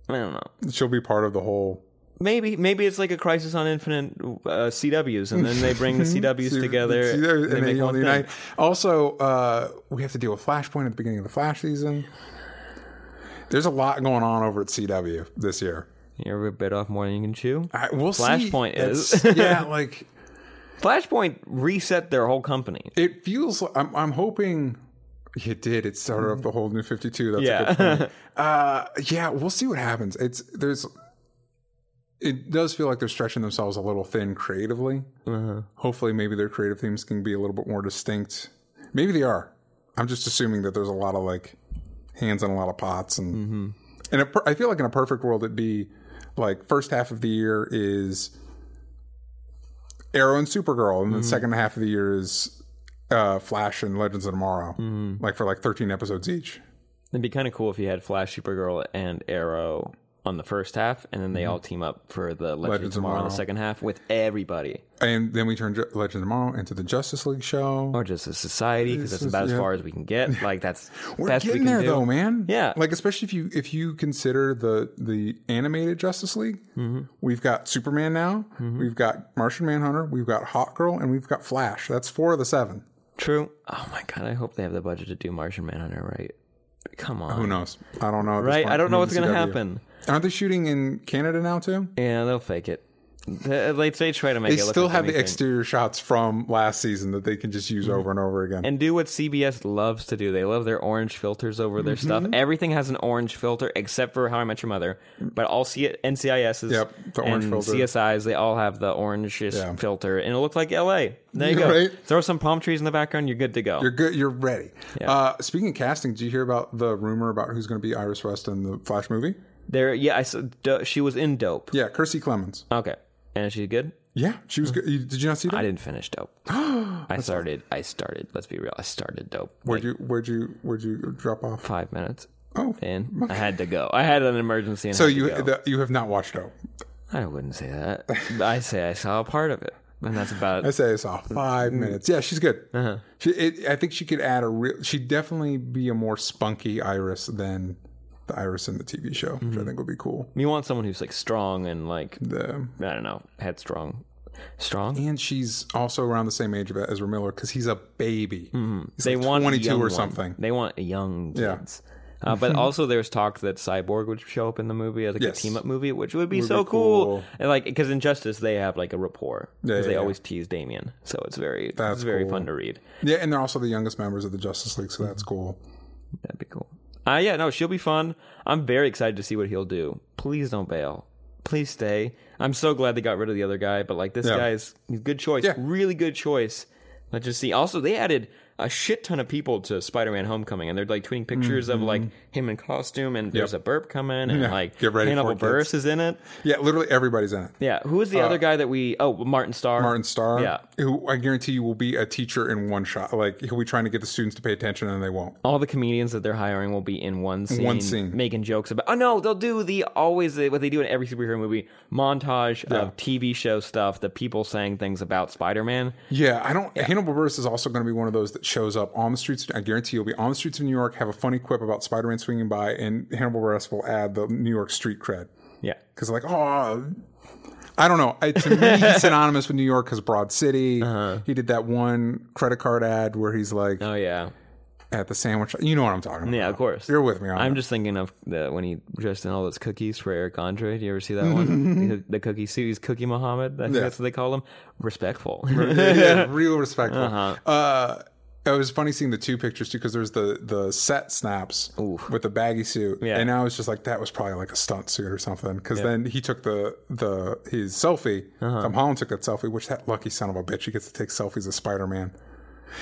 I don't know.
She'll be part of the whole.
Maybe maybe it's like a Crisis on Infinite uh, CWs, and then they bring the
<laughs>
CWs together
See there-
and they
and
make
they
one
only
thing.
unite. Also, uh, we have to deal with Flashpoint at the beginning of the Flash season. There's a lot going on over at CW this year.
You're a bit off more than you can chew.
I, we'll
Flashpoint
see.
is.
That's- yeah, like
Flashpoint reset their whole company.
it feels. li- I'm, I'm hoping it did. It started up the whole new 52. That's a
Yeah.
good point. Uh, yeah, we'll see what happens. It's there's. It does feel like they're stretching themselves a little thin creatively. Hopefully, maybe their creative themes can be a little bit more distinct. Maybe they are. I'm just assuming that there's a lot of like hands in a lot of pots, and and a per- I feel like in a perfect world it'd be like first half of the year is Arrow and Supergirl, and then second half of the year is uh, Flash and Legends of Tomorrow,
Mm-hmm.
like for like 13 episodes each.
It'd be kind of cool if you had Flash, Supergirl, and Arrow on the first half, and then they all team up for the Legends,
Mm-hmm. Legends
of
of
Tomorrow on the
Tomorrow.
second half with everybody,
And then we turn Ju- Legends of Tomorrow into the Justice League show.
or just a society because that's
is-
about as
yeah.
far as we can
<laughs>
get. Like that's
We're
best we
getting
can
there
do.
though, man.
Yeah.
Like especially if you if you consider the the animated Justice League,
Mm-hmm.
we've got Superman now, we've got Martian Manhunter, we've got Hot Girl, and we've got Flash. That's four of the seven.
True. Oh my god, I hope they have the budget to do Martian Manhunter right. Come on.
Who knows? I don't know. at this
right?
point.
I don't know what's
Maybe
going to
CW.
happen.
Aren't they shooting in Canada now too?
Yeah, they'll fake it. They, they try to make
They
it look
still
like
have the
anything. Mm-hmm.
exterior shots from last season that they can just use over and over again.
and do what CBS loves to do. They love their orange filters over their stuff.
Mm-hmm.
Everything has an orange filter except for How I Met Your Mother, but all C- NCIS's
Yep, the orange
and
filter.
CSIs they all have the orange
Yeah.
filter, and it looked like LA. There
<laughs>
you go.
Right.
Throw some palm trees in the background, you're good to go.
You're good. You're ready. Uh, speaking of casting, did you hear about the rumor about who's going to be Iris West in the Flash movie?
there, yeah. I saw, do, she was in Dope.
Yeah, Kirstie Clemens.
Okay, and she's good.
Yeah, she was good. You- Did you not see that?
Hmm. I didn't finish
<gasps>
Dope. I started. I started. Let's be real. I started Dope.
Where'd you Where'd you Where'd you drop off?
Five minutes.
Oh.
in. I had to go. I had an emergency. And
So
had to
you
go.
the, you have not watched Dope.
I wouldn't say that. I say I saw a part of it, and that's about.
I say I saw
Mm-hmm.
five minutes. Yeah, she's good.
Uh-huh.
She, it, I think she could add a real. She'd definitely be a more spunky Iris than the Iris in the TV show, which I
Mm-hmm.
think would be cool.
you want someone who's like strong and like
The
I don't know, headstrong, strong.
and she's also around the same age of Ezra Miller because he's a baby. He's
they
like
want
twenty two
young
or
ones.
something.
They want young
Yeah.
kids. Uh,
<laughs>
but also, there's talk that Cyborg would show up in the movie as like
Yes.
a team up movie, which would be so
be
cool.
cool.
And like, because in Justice they have like a rapport because
yeah,
they
yeah.
always tease Damien, so it's very
That's
it's very
cool.
fun to read.
Yeah, and they're also the youngest members of the Justice League, so that's
Mm-hmm.
cool.
That'd be cool. Uh, yeah, no, she'll be fun. I'm very excited to see what he'll do. Please don't bail. Please stay. I'm so glad they got rid of the other guy, but like this
Yeah.
guy's he's a good choice.
Yeah.
Really good choice. Let's just see. Also, they added a shit ton of people to Spider Man Homecoming, and they're like tweeting pictures of like him in costume, and there's a burp coming, and
Mm-hmm. Yeah.
like
Get ready for
Hannibal
it, kids.
Burris is in it.
Yeah, literally everybody's in it.
Yeah, who is the other guy that we? Oh, Martin Starr.
Martin Starr,
Yeah.
who I guarantee you will be a teacher in one shot. Like he'll be trying to get the students to pay attention, and they won't.
all the comedians that they're hiring will be in one scene,
one scene.
making jokes about. Oh no, they'll do the always what they do in every superhero movie montage of TV show stuff. The people saying things about Spider Man.
Yeah, I don't. Hannibal Buress is also going to be one of those that shows up on the streets. I guarantee you'll be on the streets of New York, have a funny quip about Spider-Man swinging by, and Hannibal Buress will add the New York street cred
Yeah,
because like, oh, I don't know. I, to me,
<laughs>
he's synonymous with New York because Broad City. He did that one credit card ad where he's like
oh Uh-huh. yeah,
at the sandwich. You know what I'm talking about?
yeah. Of course,
You're with me on
I'm
that.
just thinking of the, when he dressed in all those cookies for Eric Andre. Do you ever see that
<laughs>
one? The- The cookie suit. He's Cookie Muhammad. I think
Yeah.
that's what they call him. Respectful.
<laughs> yeah, real respectful.
Uh-huh.
uh it was funny seeing the two pictures too because there's the the set snaps with the baggy suit,
Yeah.
and I was just like, that was probably like a stunt suit or something. Because then he took the the his selfie.
Uh-huh.
Tom Holland took that selfie, which that lucky son of a bitch, he gets to take selfies as Spider Man.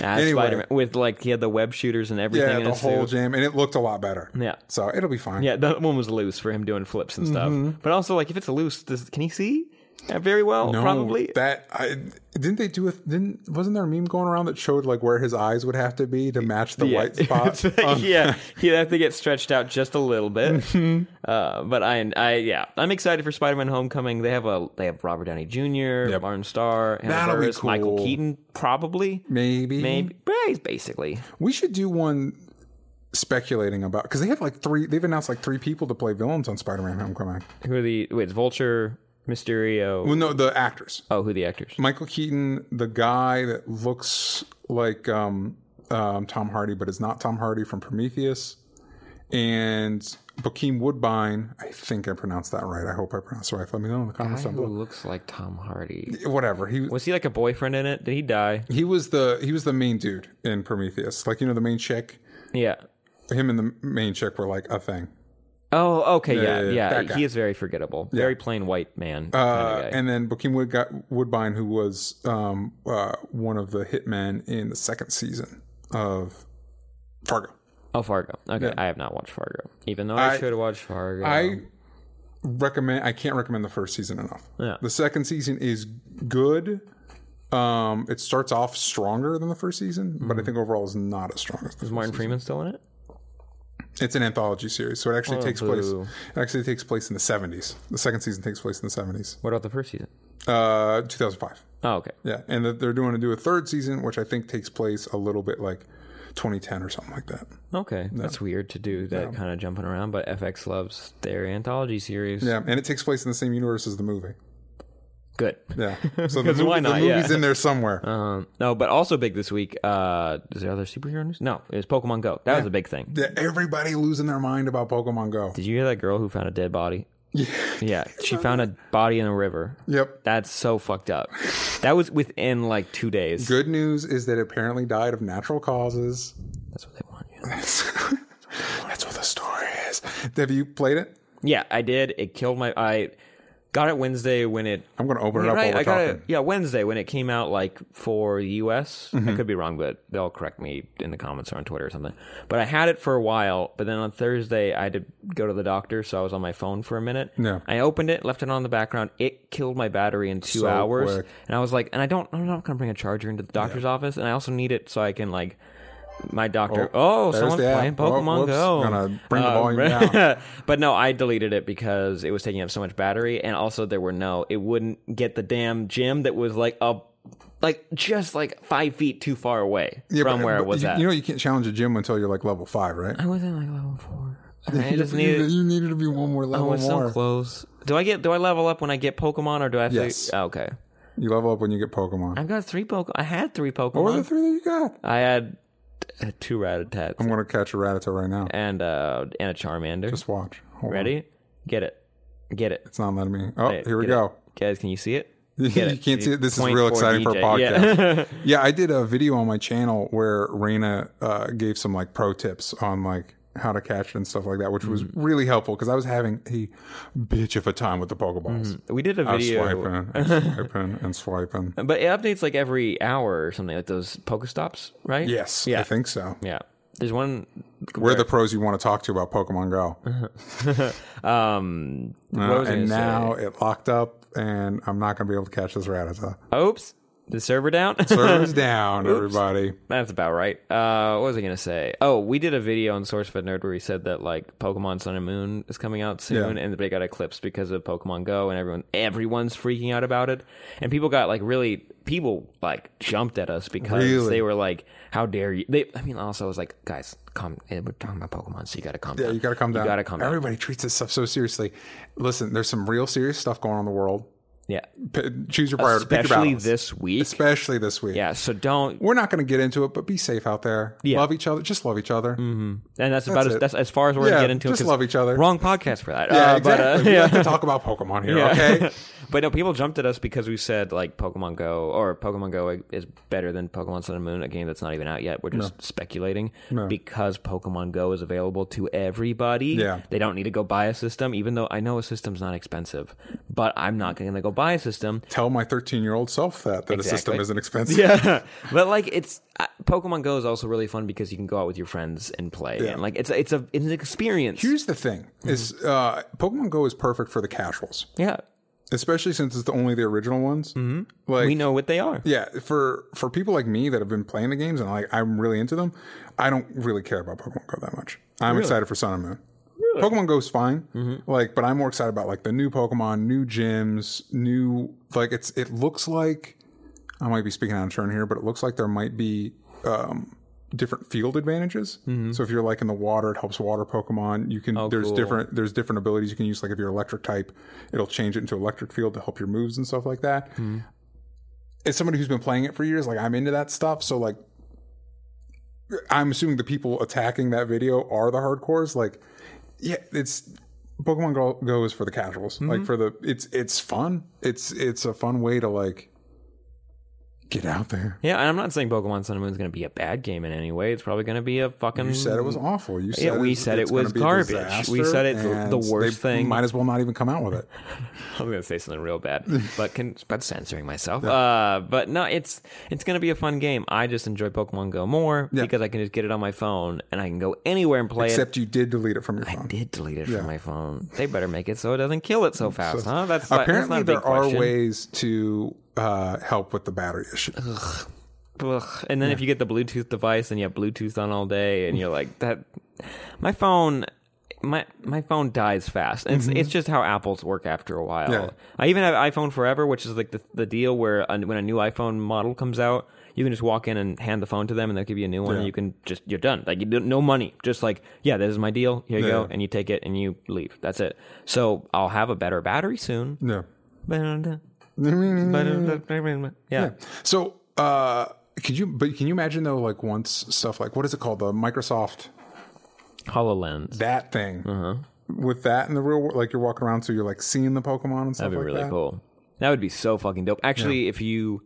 As
Anyway.
Spider-Man, with like he had the web shooters and everything.
Yeah,
in
the
his
whole
suit.
jam, and it looked a lot better.
Yeah.
so it'll be fine.
Yeah, that one was loose for him doing flips and stuff. But also, like, if it's loose, does, can he see? Yeah, very well,
No,
probably.
that I didn't they do a didn't wasn't there a meme going around that showed like where his eyes would have to be to match the
<laughs> yeah. <laughs>
white Um, spots? <laughs>
yeah, he'd have to get stretched out just a little bit. Uh, but I, I, yeah, I'm excited for Spider-Man: Homecoming. They have a, they have Robert Downey Jr., Martin Starr, Hannah
That'll be
Buress, Michael
cool.
Keaton, probably,
Maybe
maybe, but he's basically.
We should do one speculating about because they have like three. They've announced like three people to play villains on Spider-Man: Homecoming.
Who are the? Wait, it's Vulture, Mysterio.
Well, no, the actors.
Oh, who are the actors?
Michael Keaton, the guy that looks like um, um, Tom Hardy but is not Tom Hardy from Prometheus, and Bokeem Woodbine. I think I pronounced that right. I hope I pronounced it right. Let me know in the comments down
Who
below.
looks like Tom Hardy?
Whatever he
Was he like a boyfriend in it? Did he die?
he was the he was the main dude in Prometheus. Like you know the main chick.
Yeah.
Him and the main chick were like a thing.
Oh, okay, yeah,
yeah,
yeah.
yeah. That guy. Uh,
He is very forgettable, very plain white man. kind of guy.
and then Bokeem Wood got Woodbine, who was um, uh, one of the hitmen in the second season of Fargo.
oh, Fargo. Okay, I have not watched Fargo, even though
I-
I, should have watched Fargo.
I Um, recommend. I can't recommend the first season enough.
Yeah.
The second season is good. Um, it starts off stronger than the first season, but I
Mm-hmm.
think overall is not as strong as the
is
first.
Martin Freeman still in it?
It's an anthology series, so it actually takes place.
Oh, boo.
It actually takes place in the seventies. The second season takes place in the seventies,
What about the first season?
uh, two thousand five.
Oh, okay.
Yeah, and that they're doing to do a third season, which I think takes place a little bit like 2010 or something like that.
Okay, that's weird to do that kind of jumping around, but FX loves their anthology series.
Yeah, and it takes place in the same universe as the movie.
Good. <laughs>
Yeah, so the,
'Cause
movie,
why
the
not? Yeah.
movie's in there somewhere.
Um, no, but also big this week. Uh, is there other superhero news? No, it was Pokemon Go. That was a big thing.
yeah, everybody losing their mind about Pokemon Go.
Did you hear that girl who found a dead body?
<laughs>
Yeah, she found a body in a river.
Yep.
That's so fucked up. That was within like two days.
Good news is that it apparently died of natural causes. <laughs>
That's what they want. You know?
That's what the story is. Have you played it?
Yeah, I did. It killed my. I got it Wednesday when it.
I'm going to open it up
right,
while we're
I got it.
talking.
Yeah, Wednesday when it came out, like for the U.S. I could be wrong, but they'll correct me in the comments or on Twitter or something. But I had it for a while, but then on Thursday I had to go to the doctor, so I was on my phone for a minute.
Yeah.
I opened it, left it on the background. It killed my battery in two
So
hours,
quick.
and I was like, and I don't, I'm not going to bring a charger into the doctor's office, and I also need it so I can like. My doctor. Oh,
there's
someone's
the app.
playing
Oh,
Pokemon
whoops.
Go.
Gonna bring the
<laughs>
volume
right-
down.
but no, I deleted it because it was taking up so much battery, and also there were no. It wouldn't get the damn gym that was like up, like just like five feet too far away from
but-
where
but
it was
you,
at.
You know, you can't challenge a gym until you're like level five, right?
<laughs> I was at like level four. I
<laughs> You
just
needed-
needed.
you needed to be one more
I
level
was
more.
so close. Do I get? Do I level up when I get Pokemon, or do I have
Yes.
to? oh, okay,
You level up when you get Pokemon.
I've got three Pokemon. I had three
what were the
Pokemon.
three that you got?
I had uh, two Ratatats
I'm going to catch a Rattata right now.
and uh and a Charmander.
Just watch. Hold on.
Ready? Get it. Get it.
It's not letting me. Oh, here we
Get it.
go. <laughs>
Guys, can you see it?
you
Get it.
can't see it. This is
Point
real exciting for a
DJ. Yeah.
podcast. Yeah. I did a video on my channel where Raina uh, gave some like pro tips on like how to catch and stuff like that, which
Mm.
was really helpful because I was having a bitch of a time with the Pokeballs.
We did a
I was
Mm. video, Uh,
swiping and
<laughs>
swiping and swiping.
but it updates like every hour or something, like those Pokestops, right?
Yes,
Yeah.
I think Uh, so.
Yeah. There's one.
We're the pros you want to talk to about Pokemon Go.
Um. Uh-huh. what
Uh,
was I gonna
and
say?
now it locked up, and I'm not going to be able to catch this Rattata.
oops, the server down. <laughs>
<laughs> Servers down, everybody.
That's about right. Uh, what was I gonna say? Oh, we did a video on Source Fed Nerd where he said that like Pokemon Sun and Moon is coming out soon,
Yeah.
and they got eclipsed because of Pokemon Go, and everyone everyone's freaking out about it, and people got like really people like jumped at us because
Really?
they were like, "How dare you?" They, I mean, also I was like, "Guys, calm. eh, We're talking about Pokemon, so you gotta calm
Yeah,
down.
you got to calm down.
You gotta calm down.
Everybody treats this stuff so seriously. Listen, there's some real serious stuff going on in the world.
Yeah,
P- choose your priority. pick your
especially
battles.
this week.
Especially this week.
yeah, so don't.
We're not going to get into it, but be safe out there.
Yeah. Mm-hmm.
Love each other. Just love each other.
And that's, about as,
it.
that's as far as we're
Yeah,
gonna get into. it,
just
'cause
love each other.
Wrong podcast for that.
Yeah,
Uh, but, uh, <laughs>
exactly. we like to talk about Pokemon here, <laughs> okay?
but no, people jumped at us because we said like Pokemon Go or Pokemon Go is better than Pokemon Sun and Moon, a game that's not even out yet. We're just speculating because Pokemon Go is available to everybody.
Yeah.
they don't need to go buy a system, even though I know a system's not expensive. But I'm not going to go buy a system.
Tell my 13 year old self that, that a system
Exactly.
isn't expensive.
Yeah, <laughs> but like it's uh, Pokemon Go is also really fun because you can go out with your friends and play, and like it's it's a it's an experience.
Here's the thing
Mm-hmm.
is uh, Pokemon Go is perfect for the casuals,
yeah,
especially since it's the only the original ones. Mm-hmm. Like,
we know what they are.
Yeah, for for people like me that have been playing the games and like I'm really into them, I don't really care about Pokemon Go that much. I'm excited for Sun and Moon. Pokemon Go's fine, like, but I'm more excited about like the new Pokemon, new gyms, new like it's it looks like I might be speaking out of turn here, but it looks like there might be um, different field advantages. So if you're like in the water, it helps water Pokemon. You can there's different there's different abilities you can use. Like if you're electric type, it'll change it into electric field to help your moves and stuff like that as somebody who's been playing it for years, like I'm into that stuff. So like, I'm assuming the people attacking that video are the hardcores. Like, yeah, it's Pokemon Go, Go is for the casuals.
Mm-hmm.
Like for the it's it's fun. It's it's a fun way to like get out there.
Yeah, and I'm not saying Pokemon Sun and Moon is going to be a bad game in any way. It's probably going to be a fucking.
You said it was awful. You said
Mm. Yeah, we
it's-
said it
it's gonna
was
be a
garbage.
disaster,
We said it's the
and
worst
they
thing.
Might as well not even come out
<laughs>
with it.
<laughs> I was going to say something real
<laughs>
bad, but can but censoring myself. Uh, but no, it's it's going to be a fun game. I just enjoy Pokemon Go more because I can just get it on my phone and I can go anywhere and play
Except you did delete it from your
it. I
phone.
did delete it from my phone. They better make it so it doesn't kill it so fast, huh? That's not- that's
Apparently,
not a
there
big
are
question.
ways to uh, help with the battery issue.
Ugh. And then if you get the Bluetooth device and you have Bluetooth on all day, and you're like that, my phone, my my phone dies fast. And It's it's just how Apple's work after a while.
Mm-hmm. Yeah.
I even have iPhone Forever, which is like the the deal where uh, when a new iPhone model comes out, you can just walk in and hand the phone to them, and they'll give you a new one. And you can just you're done. Like you don't, no money, just like yeah, this is my deal. Here you go,
Yeah.
and you take it and you leave. That's it. So I'll have a better battery
<laughs>
soon.
Yeah.
<laughs> yeah.
So, uh, could you? But can you imagine though? Like once stuff like what is it called? The Microsoft
Hololens. Uh-huh.
that thing. with that in the real world, like you're walking around, so you're like seeing the Pokemon and stuff
That'd be
like
really
that.
cool. That would be so fucking dope. Actually, if you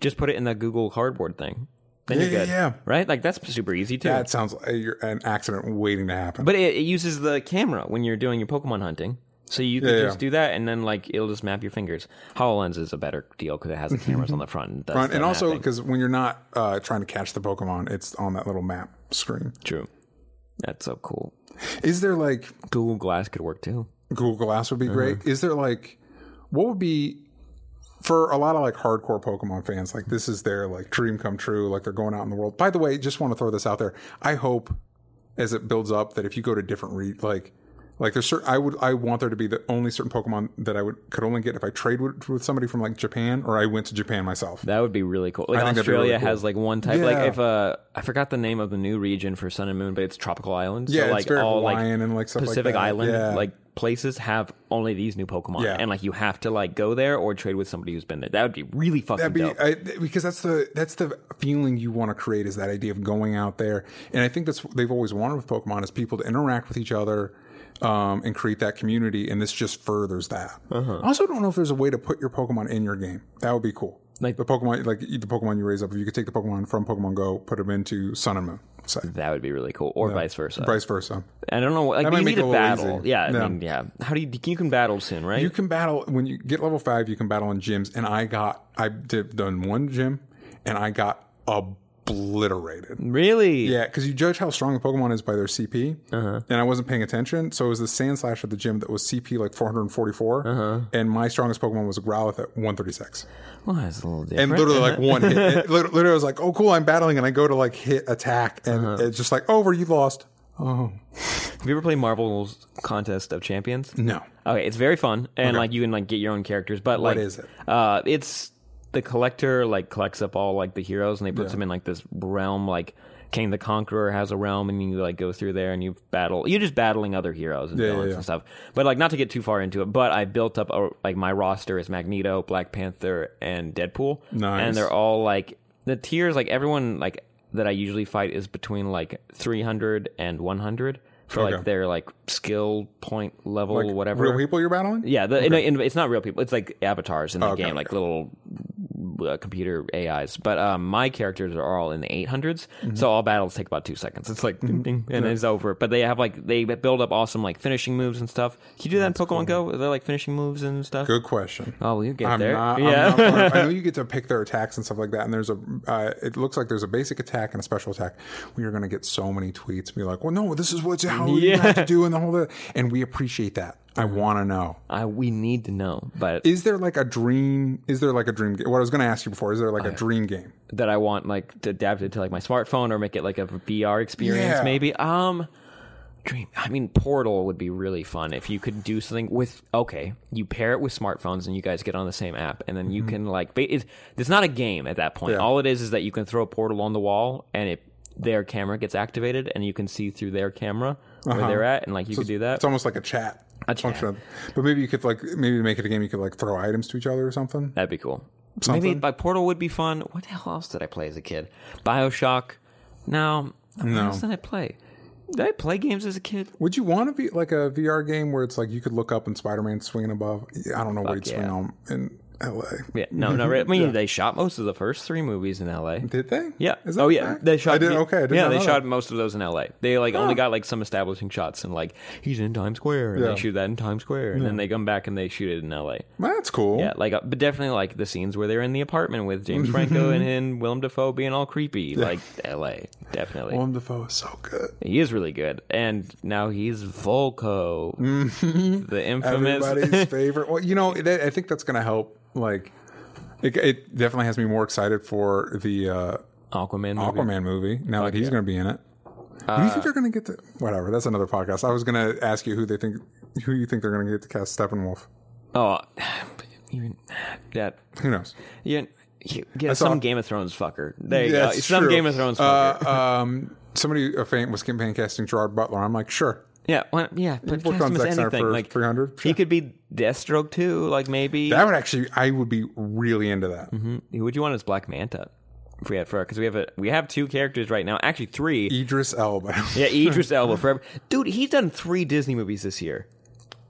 just put it in the Google Cardboard thing, then
Yeah,
you're good.
yeah, yeah.
Right? Like that's super easy too.
That sounds like you're an accident waiting to happen.
but it, it uses the camera when you're doing your Pokemon hunting. So you can
Yeah, yeah.
just do that, and then like it'll just map your fingers. Hololens is a better deal because it has the cameras on the front, and, does
Front-
the
and also
mapping.
because when you're not uh, trying to catch the Pokemon, it's on that little map screen.
true. That's so cool.
Is there like
Google Glass could work too.
Google Glass would be great? Is there like what would be for a lot of like hardcore Pokemon fans? Like this is their like dream come true. Like they're going out in the world. By the way, just want to throw this out there. I hope as it builds up that if you go to different re- like like there's certain I would I want there to be the only certain Pokemon that I would could only get if I trade with, with somebody from like Japan or I went to Japan myself.
That would be really cool. Like
think that'd be
Australia
really cool.
has like one type. Like
Yeah.
if uh, I forgot the name of the new region for Sun and Moon, but it's tropical islands.
Yeah,
so
it's
like
very
all
Hawaiian
like
and, like, stuff like
Pacific
that.
Island
Yeah.
like places have only these new Pokemon,
Yeah.
and like you have to like go there or trade with somebody who's been there. That would be really fucking
That'd be
dope.
I, th- because that's the that's the feeling you want to create is that idea of going out there, and I think that's what they've always wanted with Pokemon is people to interact with each other um, and create that community, and this just furthers that. I also don't know if there's a way to put your Pokemon in your game. That would be cool.
Like-
Like the Pokemon, like the Pokemon you raise up, if you could take the Pokemon from Pokemon Go, put them into Sun and Moon, say,
that would be really cool, or vice versa.
vice versa.
I don't know. Like
might
you
make
need
it
a
a little
battle.
easy.
Yeah, I
Yeah.
mean, yeah. How do you? You can battle soon, right?
You can battle when you get level five. You can battle in gyms, and I got I did done one gym, and I got obliterated.
really?
Yeah, because you judge how strong a Pokemon is by their CP,
Uh-huh.
and I wasn't paying attention, so it was the Sand Slash at the gym that was CP like 444,
Uh-huh.
and my strongest Pokemon was a Growlith at 136,
Well, that's a little different.
and literally like one hit.
<laughs>
It lit- literally, I was like, "Oh, cool, I'm battling," and I go to like hit attack, and
Uh-huh.
it's just like, "Over, you lost." Oh
Have you ever played Marvel's Contest of Champions?
no,
Okay, it's very fun, and like you can like get your own characters. But like,
is it?
Uh, it's the collector like collects up all like the heroes, and they puts them in like this realm. Like King the Conqueror has a realm, and you like go through there and you battle. You're just battling other heroes and
yeah,
villains
yeah.
and stuff. But like, not to get too far into it, but I built up a, like my roster is Magneto, Black Panther, and Deadpool,
Nice.
and they're all like the tiers. Like everyone like that I usually fight is between like 300 and 100 for like
Okay.
their like skill point level
Like,
whatever
real people you're battling.
yeah, the, and- and it's not real people. It's like avatars in the
Oh, Okay,
game, like little uh, computer AIs. But um, my characters are all in the 800s,
Mm-hmm.
so all battles take about two seconds. It's like ding, ding, and it's over. But they have like they build up awesome like finishing moves and stuff. Can you do that in Pokemon Go? Are there like finishing moves and stuff?
Good question.
Oh, well, you get
I'm
there.
not.
yeah.
I'm not far- I know you get to pick their attacks and stuff like that. And there's a. Uh, it looks like there's a basic attack and a special attack. We are going to get so many tweets. and Be like, well, no, this is what's how you have to do and the whole. other-" And we appreciate that. I
Mm-hmm.
want to know.
<laughs> I, we need to know, but
Is there like a dream? Is there like a dream game? What I was going to ask you before. Is there
Oh,
like a dream game?
that I want like to adapt it to like my smartphone or make it like a VR experience
Yeah.
maybe. Um dream I mean Portal would be really fun if you could do something with okay, you pair it with smartphones and you guys get on the same app and then you can like ba- it's, it's not a game at that point.
Mm-hmm. Yeah.
All it is is that you can throw a portal on the wall and it their camera gets activated and you can see through their camera where they're at and like you could do that.
Uh-huh. It's almost like a chat.
A chat.
function. But maybe you could like maybe to make it a game. You could like throw items to each other or something.
That'd be cool. Maybe by Portal would be fun. What the hell else did I play as a kid? Bioshock. No. What else did I play? Did I play games as a kid?
Would you want to be like a VR game where it's like you could look up and Spider Man swinging above? I don't know what he'd swing
yeah.
on in L.A.
Yeah. No, no. I mean, they shot most of the first three movies in L.A.
Did they?
Yeah.
Is that
oh
a
yeah.
fact?
They shot.
I didn't.
yeah,
Okay. I didn't
yeah.
know
They
that. Oh.
shot most of those in L.A. They like only got like some establishing shots and like he's in Times Square and
Yeah.
they shoot that in Times Square and then they come back and they shoot it in L.A.
That's cool.
Yeah, like, uh, but definitely like the scenes where they're in the apartment with
<laughs>
James Franco and, and Willem Dafoe being all creepy, like L.A. Definitely,
Willem Dafoe is so good.
He is really good, and now he's
<laughs>
Volko, the infamous.
Everybody's favorite. Well, you know, that, I think that's going to help. Like, it, it definitely has me more excited for the uh,
<laughs> Aquaman. Movie.
Aquaman movie now that he's going to be in it. Do you think they're going to get to? Whatever. That's another podcast. I was going to ask you who they think, who you think they're going to get to cast Steppenwolf.
Oh, <sighs> even that.
Who
<laughs>
knows?
You, you get
saw-
some Game of Thrones fucker. There you
That's
go. Some
true.
Game of Thrones fucker.
Uh, um, somebody a fan was fan casting Gerard Butler. I'm like, sure.
yeah, why, yeah. But
worked
cast
on
him as
Zack Snyder
anything.
for
like
300?
He
Sure.
could be Deathstroke too. Like maybe. Mm-hmm.
That would actually, I would be really into that.
Who would you want as Black Manta? yeah, for because we have a we have two characters right now, actually three.
Idris Elba. <laughs>
yeah, Idris Elba forever, dude. He's done three Disney movies this year: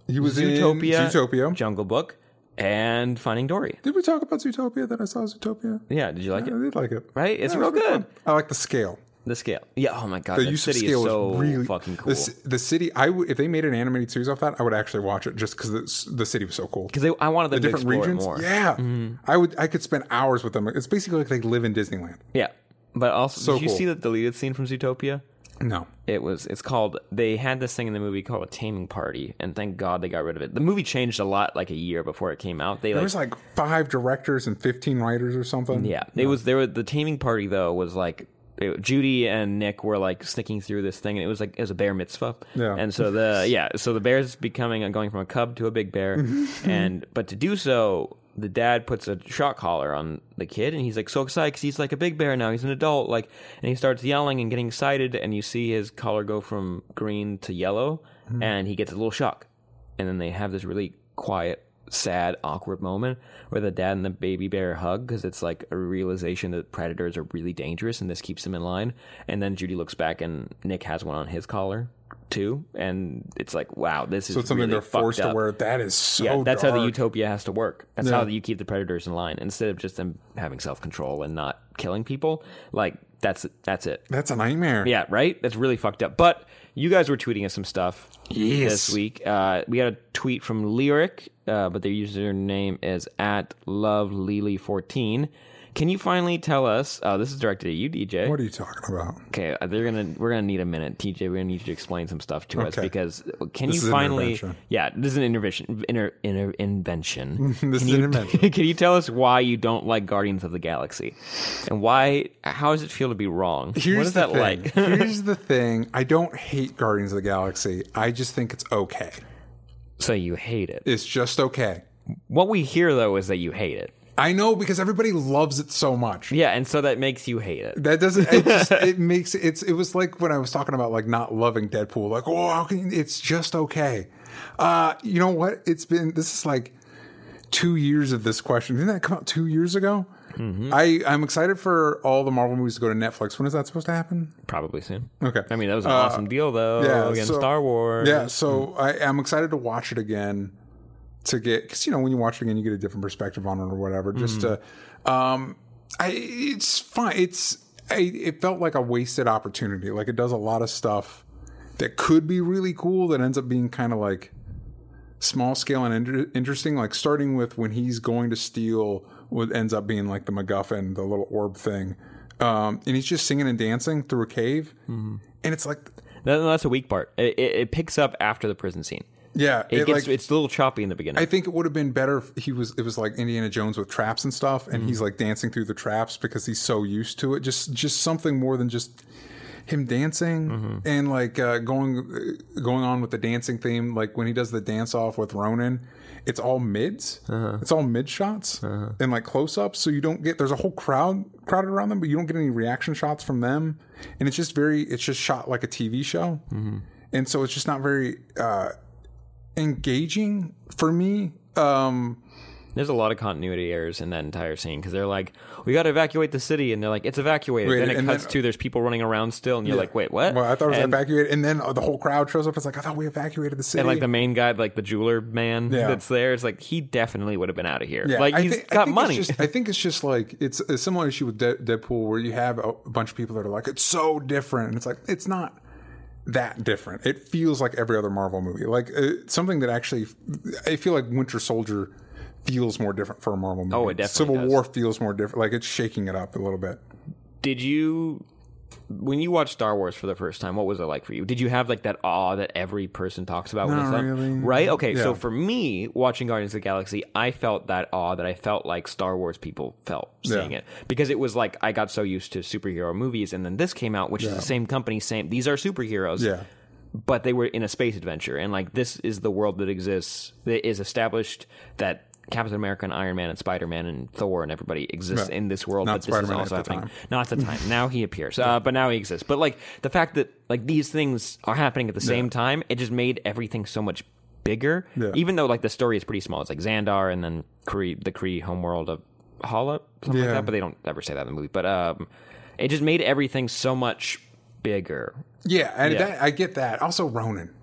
he was
Zootopia,
in Zootopia.
Jungle Book, and Finding Dory.
Did we talk about Zootopia? That I saw Zootopia.
Yeah, did you like
I
it?
did like it.
Right? It's
it
real
was really
good.
fun. I like the scale.
The scale. Yeah. Oh my god,
The
that
use of
city
scale
is so
is really <laughs>
fucking
The,
cool.
ci- the city. I w- if they made an animated series off that, I would actually watch it just because the, s- the city was so cool.
Because I wanted them
the
to
different
explore it more.
regions.
Mm-hmm.
Yeah, I would. I could spend hours with them. It's basically like they live in Disneyland.
Yeah. But also,
So
did you
cool.
see the deleted scene from Zootopia?
No,
It was. It's called. They had this thing in the movie called a taming party, and thank God they got rid of it. The movie changed a lot, like a year before it came out. They
there
like,
was like five directors and fifteen writers or something.
yeah, Um, it was. There were the taming party though was like. it- Judy and Nick were like sneaking through this thing, and it was like it was a bear mitzvah.
Yeah.
And so the yeah, so the bear's becoming uh, going from a cub to a big bear, and but to do so, the dad puts a shock collar on the kid, and he's like so excited because he's like a big bear now. He's an adult, like, and he starts yelling and getting excited, and you see his collar go from green to yellow, and he gets a little shock, and then they have this really quiet. Sad, awkward moment where the dad and the baby bear hug because it's like a realization that predators are really dangerous and this keeps them in line. And then Judy looks back and Nick has one on his collar too, and it's like, wow, this is
so it's something
really
they're forced
fucked
to
up.
wear. That is so.
Yeah, that's how the
dark.
utopia has to work. That's how you keep the predators in line instead of just them having self control and not killing people. Like that's that's it.
That's a nightmare.
Yeah, right. That's really fucked up. But you guys were tweeting us some stuff
Yes.
this week. Uh, we got a tweet from Lyric, uh, but their username is at lovelily14. Can you finally tell us? Uh, this is directed at you, DJ.
What are you talking about? <laughs>
Okay, uh, they're gonna we're gonna need a minute, TJ. We're gonna need you to explain some stuff to us
Okay.
because can
This
you
is an
finally?
intervention.
Yeah, this is an intervention. Inter, inter, invention. <laughs>
This is
you-
an invention.
can you tell us why you don't like Guardians of the Galaxy, and why? How does it feel to be wrong? what is
the
that
thing.
like? <laughs>
Here's the thing. I don't hate Guardians of the Galaxy. I just think it's okay.
So you hate it.
It's just okay.
What we hear though is that you hate it.
I know because everybody loves it so much.
Yeah, and so that makes you hate it.
That doesn't.
<laughs>
It, just, it makes it's. It was like when I was talking about like not loving Deadpool. Like, oh, how can you- it's just okay. Uh, you know what? It's been this is like two years of this question. Didn't that come out two years ago?
Mm-hmm.
I I'm excited for all the Marvel movies to go to Netflix. When is that supposed to happen?
Probably soon.
Okay.
I mean, that was an awesome deal though. against
Uh, so-
Star Wars. Hmm.
Yeah, so I, I'm excited to watch it again to get because you know when you watch it again you get a different perspective on it or whatever.
Hmm.
Just to, um, I it's fine. It's I, it felt like a wasted opportunity. Like it does a lot of stuff that could be really cool that ends up being kind of like small scale and inter- interesting. Like starting with when he's going to steal what ends up being like the MacGuffin, the little orb thing. Um, and he's just singing and dancing through a cave,
Hmm.
and it's like
No, no, that's a weak part. It, it, it picks up after the prison scene.
Yeah,
It,
it,
gets
like,
it's a little choppy in the beginning.
I think it would have been better. If he was it was like Indiana Jones with traps and stuff, and
Mm-hmm.
he's like dancing through the traps because he's so used to it. Just just something more than just him dancing
Mm-hmm.
and like uh, going uh, going on with the dancing theme. Like when he does the dance off with Ronan, it's all mids.
Uh-huh.
It's all mid shots and like close ups. So you don't get there's a whole crowd crowded around them, but you don't get any reaction shots from them. And it's just very it's just shot like a TV show.
Mm-hmm.
And so it's just not very uh, engaging for me. Um,
There's a lot of continuity errors in that entire scene because they're like, "We got to evacuate the city," and they're like, "It's evacuated."
Wait,
then it
and
cuts
then-
to there's people running around still, and you're like, "Wait, what?"
Well, I thought it was
Uh, and,
evacuated, and then uh, the whole crowd shows up. It's like I thought we evacuated the city.
and, like the main guy, like the jeweler man
Yeah.
that's there, it's like he definitely would have been out of here.
Yeah,
like
I
he's
thi- I
got
think
money.
It's just, I think it's just like it's a similar issue with De- Deadpool, where you have a bunch of people that are like, "It's so different," and it's like it's not that different. It feels like every other Marvel movie, like uh, something that actually I feel like Winter Soldier feels more different for a Marvel movie.
Oh, it definitely
Civil
does.
War feels more different. Like it's shaking it up a little bit.
Did you? When you watched Star Wars for the first time, what was it like for you? Did you have like that awe that every person talks about when
Not
it's up?
really.
Right? Okay, so
Yeah.
for me, watching Guardians of the Galaxy, I felt that awe that I felt like Star Wars people felt seeing
Yeah.
it. Because it was like I got so used to superhero movies and then this came out, which is the same company, same these are superheroes.
Yeah.
But they were in a space adventure and like this is the world that exists that is established that Captain America and Iron Man and Spider Man and Thor and everybody exists
Yeah.
in this world,
Not
but this is
Spider-Man at
also
the
happening.
time.
Not at the
<laughs>
time. Now he appears, uh, but now he exists. But like the fact that like these things are happening at the same time, it just made everything so much bigger.
Yeah.
Even though like the story is pretty small, it's like Xandar and then Kree, the Kree homeworld of Hollop, something
Yeah.
like that. But they don't ever say that in the movie. But um, it just made everything so much bigger.
Yeah, and
Yeah.
That, I get that. Also, Ronan.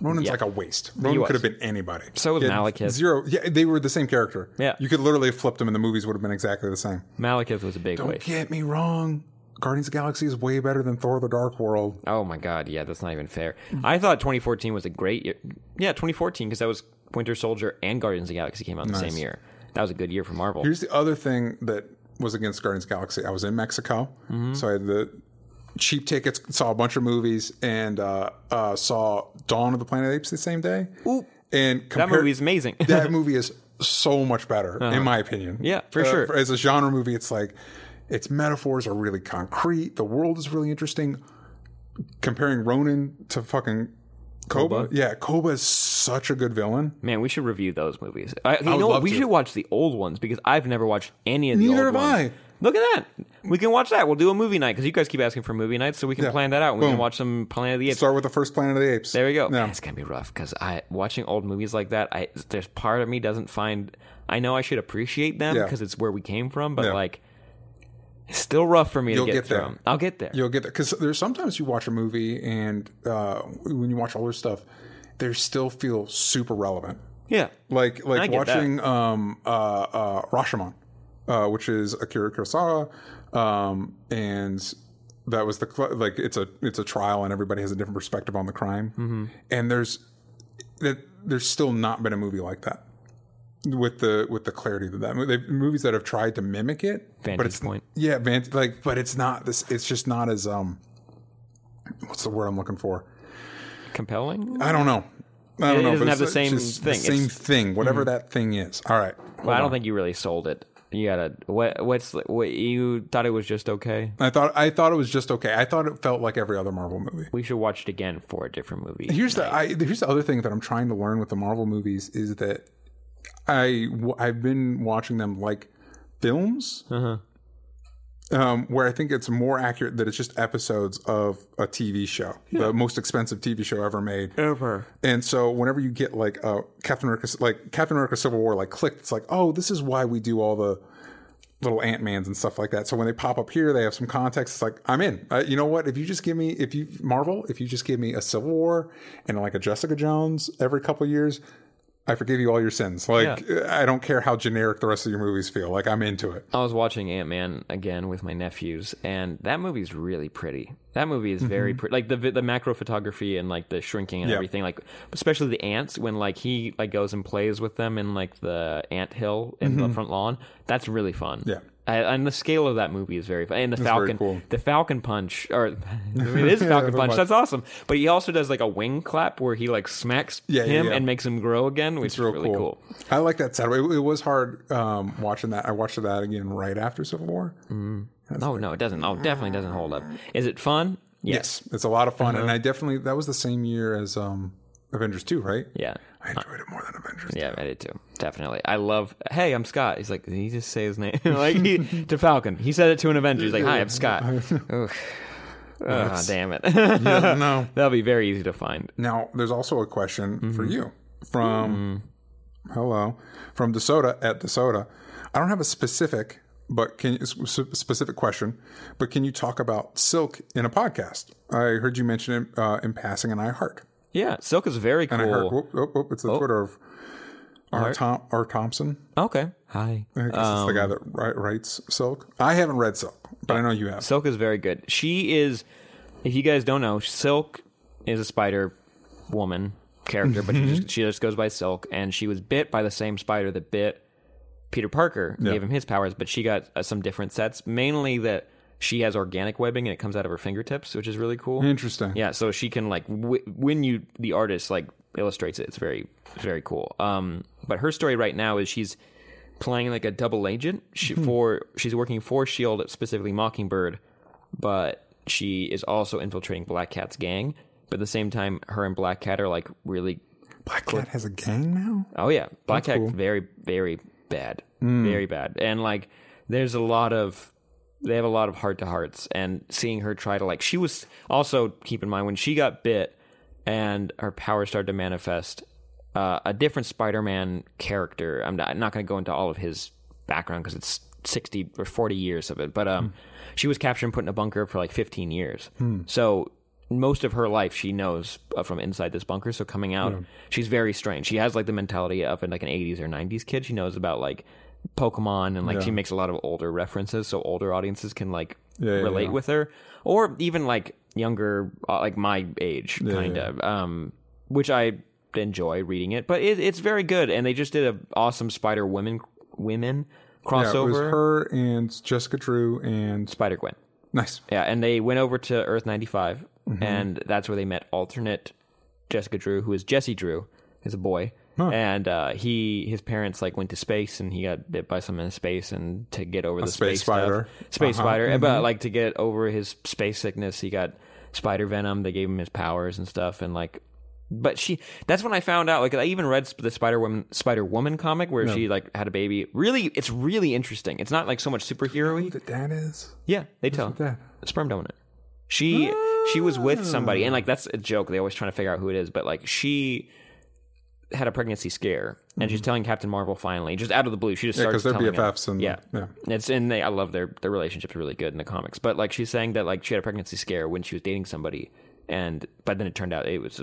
Ronan's like a waste. Ronan
was.
could have been anybody.
So was
He had
Malekith.
Zero. Yeah, they were the same character.
Yeah.
You could literally have flipped them and the movies would have been exactly the same.
Malekith was a big
Don't
waste.
get me wrong. Guardians of the Galaxy is way better than Thor the Dark World.
Oh my god, yeah, that's not even fair.
Mm-hmm.
I thought 2014 was a great year. Yeah, 2014 because that was Winter Soldier and Guardians of the Galaxy came out in the same year. That was a good year for Marvel.
Here's the other thing that was against Guardians of the Galaxy. I was in Mexico,
Mm-hmm.
so I had the cheap tickets, saw a bunch of movies, and uh, uh, saw Dawn of the Planet of the Apes the same day. Ooh. And
that
compare-
movie is
<laughs>
amazing. <laughs>
that movie is so much better, in my opinion.
Uh-huh. Yeah, for
Uh,
sure.
As a genre movie, it's like its metaphors are really concrete. The world is really interesting. Comparing Ronan to fucking Koba, yeah, Koba is such a good villain.
Man, we should review those movies. I, you
would
know, what?
love
we
to.
should watch the old ones because I've never watched any of the
Neither
old
have
ones.
I.
Look at that. We can watch that. We'll do a movie night because you guys keep asking for movie nights, so we can plan that out. We
Boom.
can watch some Planet of the Apes.
Start with the first Planet of the Apes.
there we go.
Yeah.
It's gonna be rough because I watching old movies like that. I there's part of me doesn't find. I know I should appreciate them
Yeah.
because it's where we came from, but
Yeah.
like, it's still rough for me
You'll
to get,
get
through.
there.
'em. I'll get there.
You'll get that because there's sometimes you watch a movie and uh, when you watch older stuff, they still feel super relevant.
yeah.
Like
I
like
get that.
watching um, uh, uh, Rashomon, uh, which is Akira Kurosawa, um, and that was the cl- like it's a it's a trial and everybody has a different perspective on the crime,
Mm-hmm.
and there's that there's still not been a movie like that with the with the clarity that that movie, movies that have tried to mimic it, but
Vantage
it's
point.
yeah, van- like but it's not this. It's just not as um, what's the word I'm looking for?
Compelling.
I don't know. I don't
It
know.
doesn't
but
have
it's
the same
just
thing.
The same
It's- Mm-hmm.
thing, whatever that thing is. All right.
Well, I don't think you really sold it. You gotta what? What's what? You thought it was just okay.
I thought I thought it was just okay. I thought it felt like every other Marvel movie.
We should watch it again for a different movie.
Here's the I, here's the other thing that I'm trying to learn with the Marvel movies is that I w- I've been watching them like films,
Uh-huh.
um, where I think it's more accurate that it's just episodes of a TV show, the most expensive TV show ever made.
Ever.
And so whenever you get like uh, Captain America, like Captain America Civil War, like clicked, it's like, oh, this is why we do all the little Ant Mans and stuff like that. So when they pop up here, they have some context. It's like, I'm in. Uh, you know what? If you just give me, if you Marvel, if you just give me a Civil War and like a Jessica Jones every couple years, I forgive you all your sins. Like I don't care how generic the rest of your movies feel. Like I'm into it.
I was watching Ant Man again with my nephews, and that movie's really pretty. That movie is very pretty, like the vi- the macro photography and like the shrinking and
Mm-hmm. Yeah.
everything. Like especially the ants when like he like goes and plays with them in like the ant hill in the front lawn. That's really fun.
Mm-hmm. Yeah.
I, and the scale of that movie is very fun. And the
very
Falcon,
cool.
the Falcon Punch, or <laughs> it
<laughs>
is Falcon
the
Punch.
punch.
That's awesome. But he also does like a wing clap where he like smacks
Yeah, yeah,
him
yeah.
and makes him grow again, which is
real
really cool.
I like that setup. It, it was hard um, watching that. I watched that again right after Civil War.
No, no, it doesn't. Oh, definitely doesn't hold up. Is it fun?
Yes, it's a lot of fun, and
Uh-huh.
I definitely that was the same year as um, Avengers Two, right?
Yeah. Uh,
I enjoyed it more than Avengers.
Yeah, I did too. Definitely. I love, hey, I'm Scott. He's like, did he just say his name? <laughs> like, he, to Falcon. He said it to an Avenger. He's like, hi, I'm
<laughs>
Scott. Ugh. Ah, damn it. <laughs>
Yeah, no.
That'll be very easy to find.
Now there's also a question
Mm-hmm.
for you from hello from Desoda at Desoda. I don't have a specific, but can s- s- specific question, but can you talk about silk in a podcast? I heard you mention it uh, in passing, and I heart.
Yeah, Silk is very
And I heard,
cool. Oh.
whoop, whoop, whoop, it's the Twitter of R. Tom, R. Thompson.
Okay. Hi.
I guess it's the guy that wri- writes Silk. I haven't read Silk, but I know you have.
Silk is very good. She is, if you guys don't know, Silk is a spider woman character,
<laughs>
but she just, she just goes by Silk, and she was bit by the same spider that bit Peter Parker, and gave him his powers, but she got uh, some different sets, mainly that she has organic webbing and it comes out of her fingertips, which is really cool.
Interesting.
Yeah, so she can like w- when you the artist like illustrates it. It's very it's very cool. Um, but her story right now is she's playing like a double agent she, for she's working for Shield E specifically Mockingbird, but she is also infiltrating Black Cat's gang. But at the same time, her and Black Cat are like really
Black Cat has a gang now?
Oh yeah, Black Cat very very bad, very bad, and like there's a lot of they have a lot of heart to hearts, and seeing her try to like she was also keep in mind when she got bit and her power started to manifest. Uh, a different Spider-Man character. I'm not, I'm not going to go into all of his background because it's 60 or 40 years of it. But um, she was captured and put in a bunker for like 15 years. So most of her life she knows uh, from inside this bunker. So coming out, she's very strange. She has like the mentality of like an 80s or 90s kid. She knows about like Pokemon and like she makes a lot of older references so older audiences can like
yeah,
relate
yeah.
with her or even like younger uh, like my age kind of um which I enjoy reading it but it, it's very good and they just did an awesome Spider Women women
Yeah, it was
crossover
her and Jessica Drew and
Spider Gwen
nice.
yeah, and they went over to Earth 95,
Mm-hmm.
and that's where they met alternate Jessica Drew, who is Jesse Drew, is a boy. And uh, he, his parents like went to space, and he got bit by something in space, and to get over the space,
space
stuff-
spider. Uh-huh. Mm-hmm.
space spider. But like to get over his space sickness, he got spider venom. They gave him his powers and stuff, and like. But she, that's when I found out. Like I even read sp- the Spider Woman, Spider Woman comic where she like had a baby. Really, it's really interesting. It's not like so much superhero-y.
That that is
Yeah, they tell
that?
sperm donor. She she was with somebody, and like that's a joke. They always trying to figure out who it is, but like she had a pregnancy scare, and she's telling Captain Marvel finally, just out of the blue. She just yeah,
because
starts
Mm-hmm. they're
telling him.
BFFs and
yeah.
yeah.
It's and they I love their their relationship's really good in the comics. But like she's saying that like she had a pregnancy scare when she was dating somebody and but then it turned out it was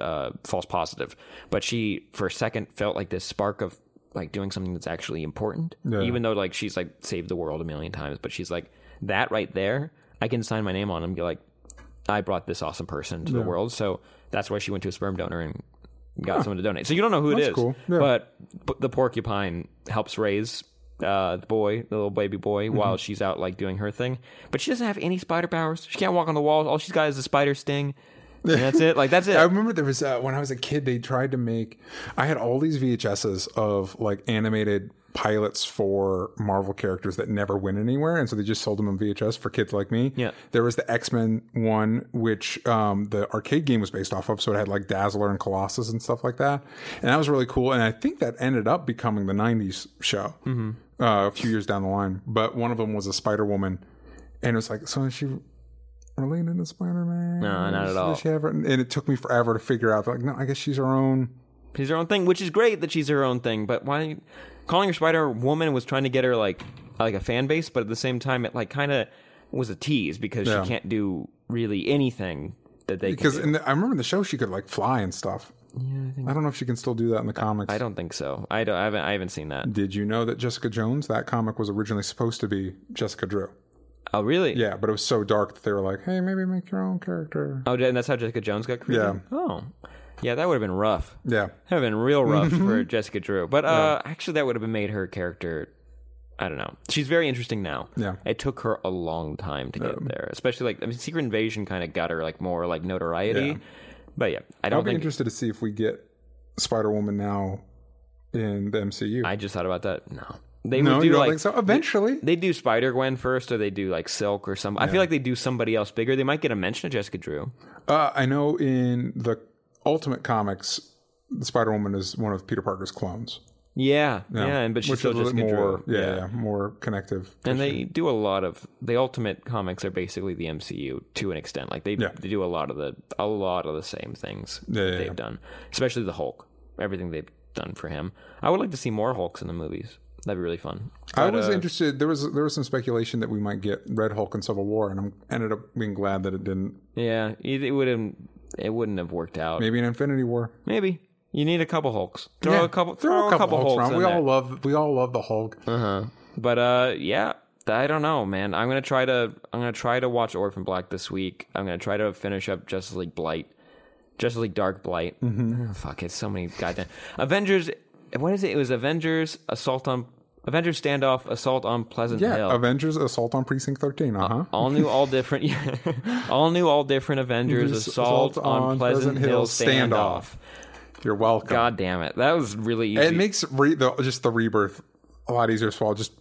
a uh, false positive. But she for a second felt like this spark of like doing something that's actually important. Even though like she's like saved the world a million times, but she's like that right there, I can sign my name on and be like I brought this awesome person to the world. So that's why she went to a sperm donor and got someone to donate. So you don't know who it is,
cool. Yeah.
but p- the porcupine helps raise uh, the boy, the little baby boy,
Mm-hmm.
while she's out like doing her thing. But she doesn't have any spider powers. She can't walk on the walls. All she's got is a spider sting. And that's it. Like that's it.
I <laughs> remember there was uh, when I was a kid. They tried to make. I had all these VHSs of like animated pilots for Marvel characters that never went anywhere, and so they just sold them on VHS for kids like me.
Yeah.
there was the X Men one, which um, the arcade game was based off of, so it had like Dazzler and Colossus and stuff like that, and that was really cool. And I think that ended up becoming the '90s show
Mm-hmm.
uh, a few years down the line. But one of them was a Spider Woman, and it was like so she related to Spider Man?
No, not at all.
Does she have her- and it took me forever to figure out. Like, no, I guess she's her own.
She's her own thing, which is great that she's her own thing. But why calling her Spider Woman was trying to get her like like a fan base, but at the same time, it like kind of was a tease because
Yeah.
she can't do really anything that they
Because
can do.
in the, I remember in the show she could like fly and stuff. Yeah, I, don't know if she can still do that in the comics.
I don't think so. I don't. I haven't. I haven't seen that.
Did you know that Jessica Jones, that comic was originally supposed to be Jessica Drew?
Oh, really?
Yeah, but it was so dark that they were like, hey, maybe make your own character.
Oh, and that's how Jessica Jones got created.
Yeah.
Oh, yeah. That would have been rough.
Yeah.
That would have been
<laughs>
real rough for Jessica Drew. But uh, actually, that would have made her character. I don't know. She's very interesting now.
Yeah.
It took her a long time to get there, especially like I mean, Secret Invasion kind of got her like more like notoriety.
Yeah.
But yeah, I
I'll
don't
be
think
interested to see if we get Spider Woman now in the MCU.
I just thought about that. No, they
no,
would do
you don't
like
think so? Oh, Eventually.
they do Spider Gwen first, or they do like Silk or some. I feel like they do somebody else bigger. They might get a mention of Jessica Drew.
Uh, I know in the Ultimate Comics, Spider Woman is one of Peter Parker's clones.
Yeah, yeah, and but she's
which
still
is a little
Jessica
bit more,
Drew.
yeah, yeah, more connective.
and they do a lot of the ultimate comics are basically the MCU to an extent. Like they, they do a lot of the a lot of the same things that
yeah,
they've
yeah.
done, especially the Hulk. Everything they've done for him. I would like to see more Hulks in the movies. That'd be really fun.
I
uh,
was interested. There was there was some speculation that we might get Red Hulk in Civil War, and I ended up being glad that it didn't.
Yeah, it, it wouldn't it wouldn't have worked out. Maybe.
Maybe an Infinity War.
you need a couple Hulks. Throw a couple. Throw, a couple, Hulks.
around.
in
We
there.
all love we all love the Hulk.
But uh, yeah, th- I don't know, man. I'm gonna try to I'm gonna try to watch Orphan Black this week. I'm gonna try to finish up Justice League Blight, Justice League Dark Blight.
Mm-hmm.
Oh, fuck, it's so many goddamn Avengers. What is it? It was Avengers Assault on Avengers Standoff Assault on Pleasant
yeah,
Hill.
Avengers Assault on Precinct Thirteen. Uh huh.
all new, all different. Yeah,
<laughs>
all new, all different Avengers
Avengers
Assault,
Assault
on, Pleasant, Hill Standoff.
You're welcome.
God damn it, that was really easy.
It makes re- the, just the rebirth a lot easier. So I'll just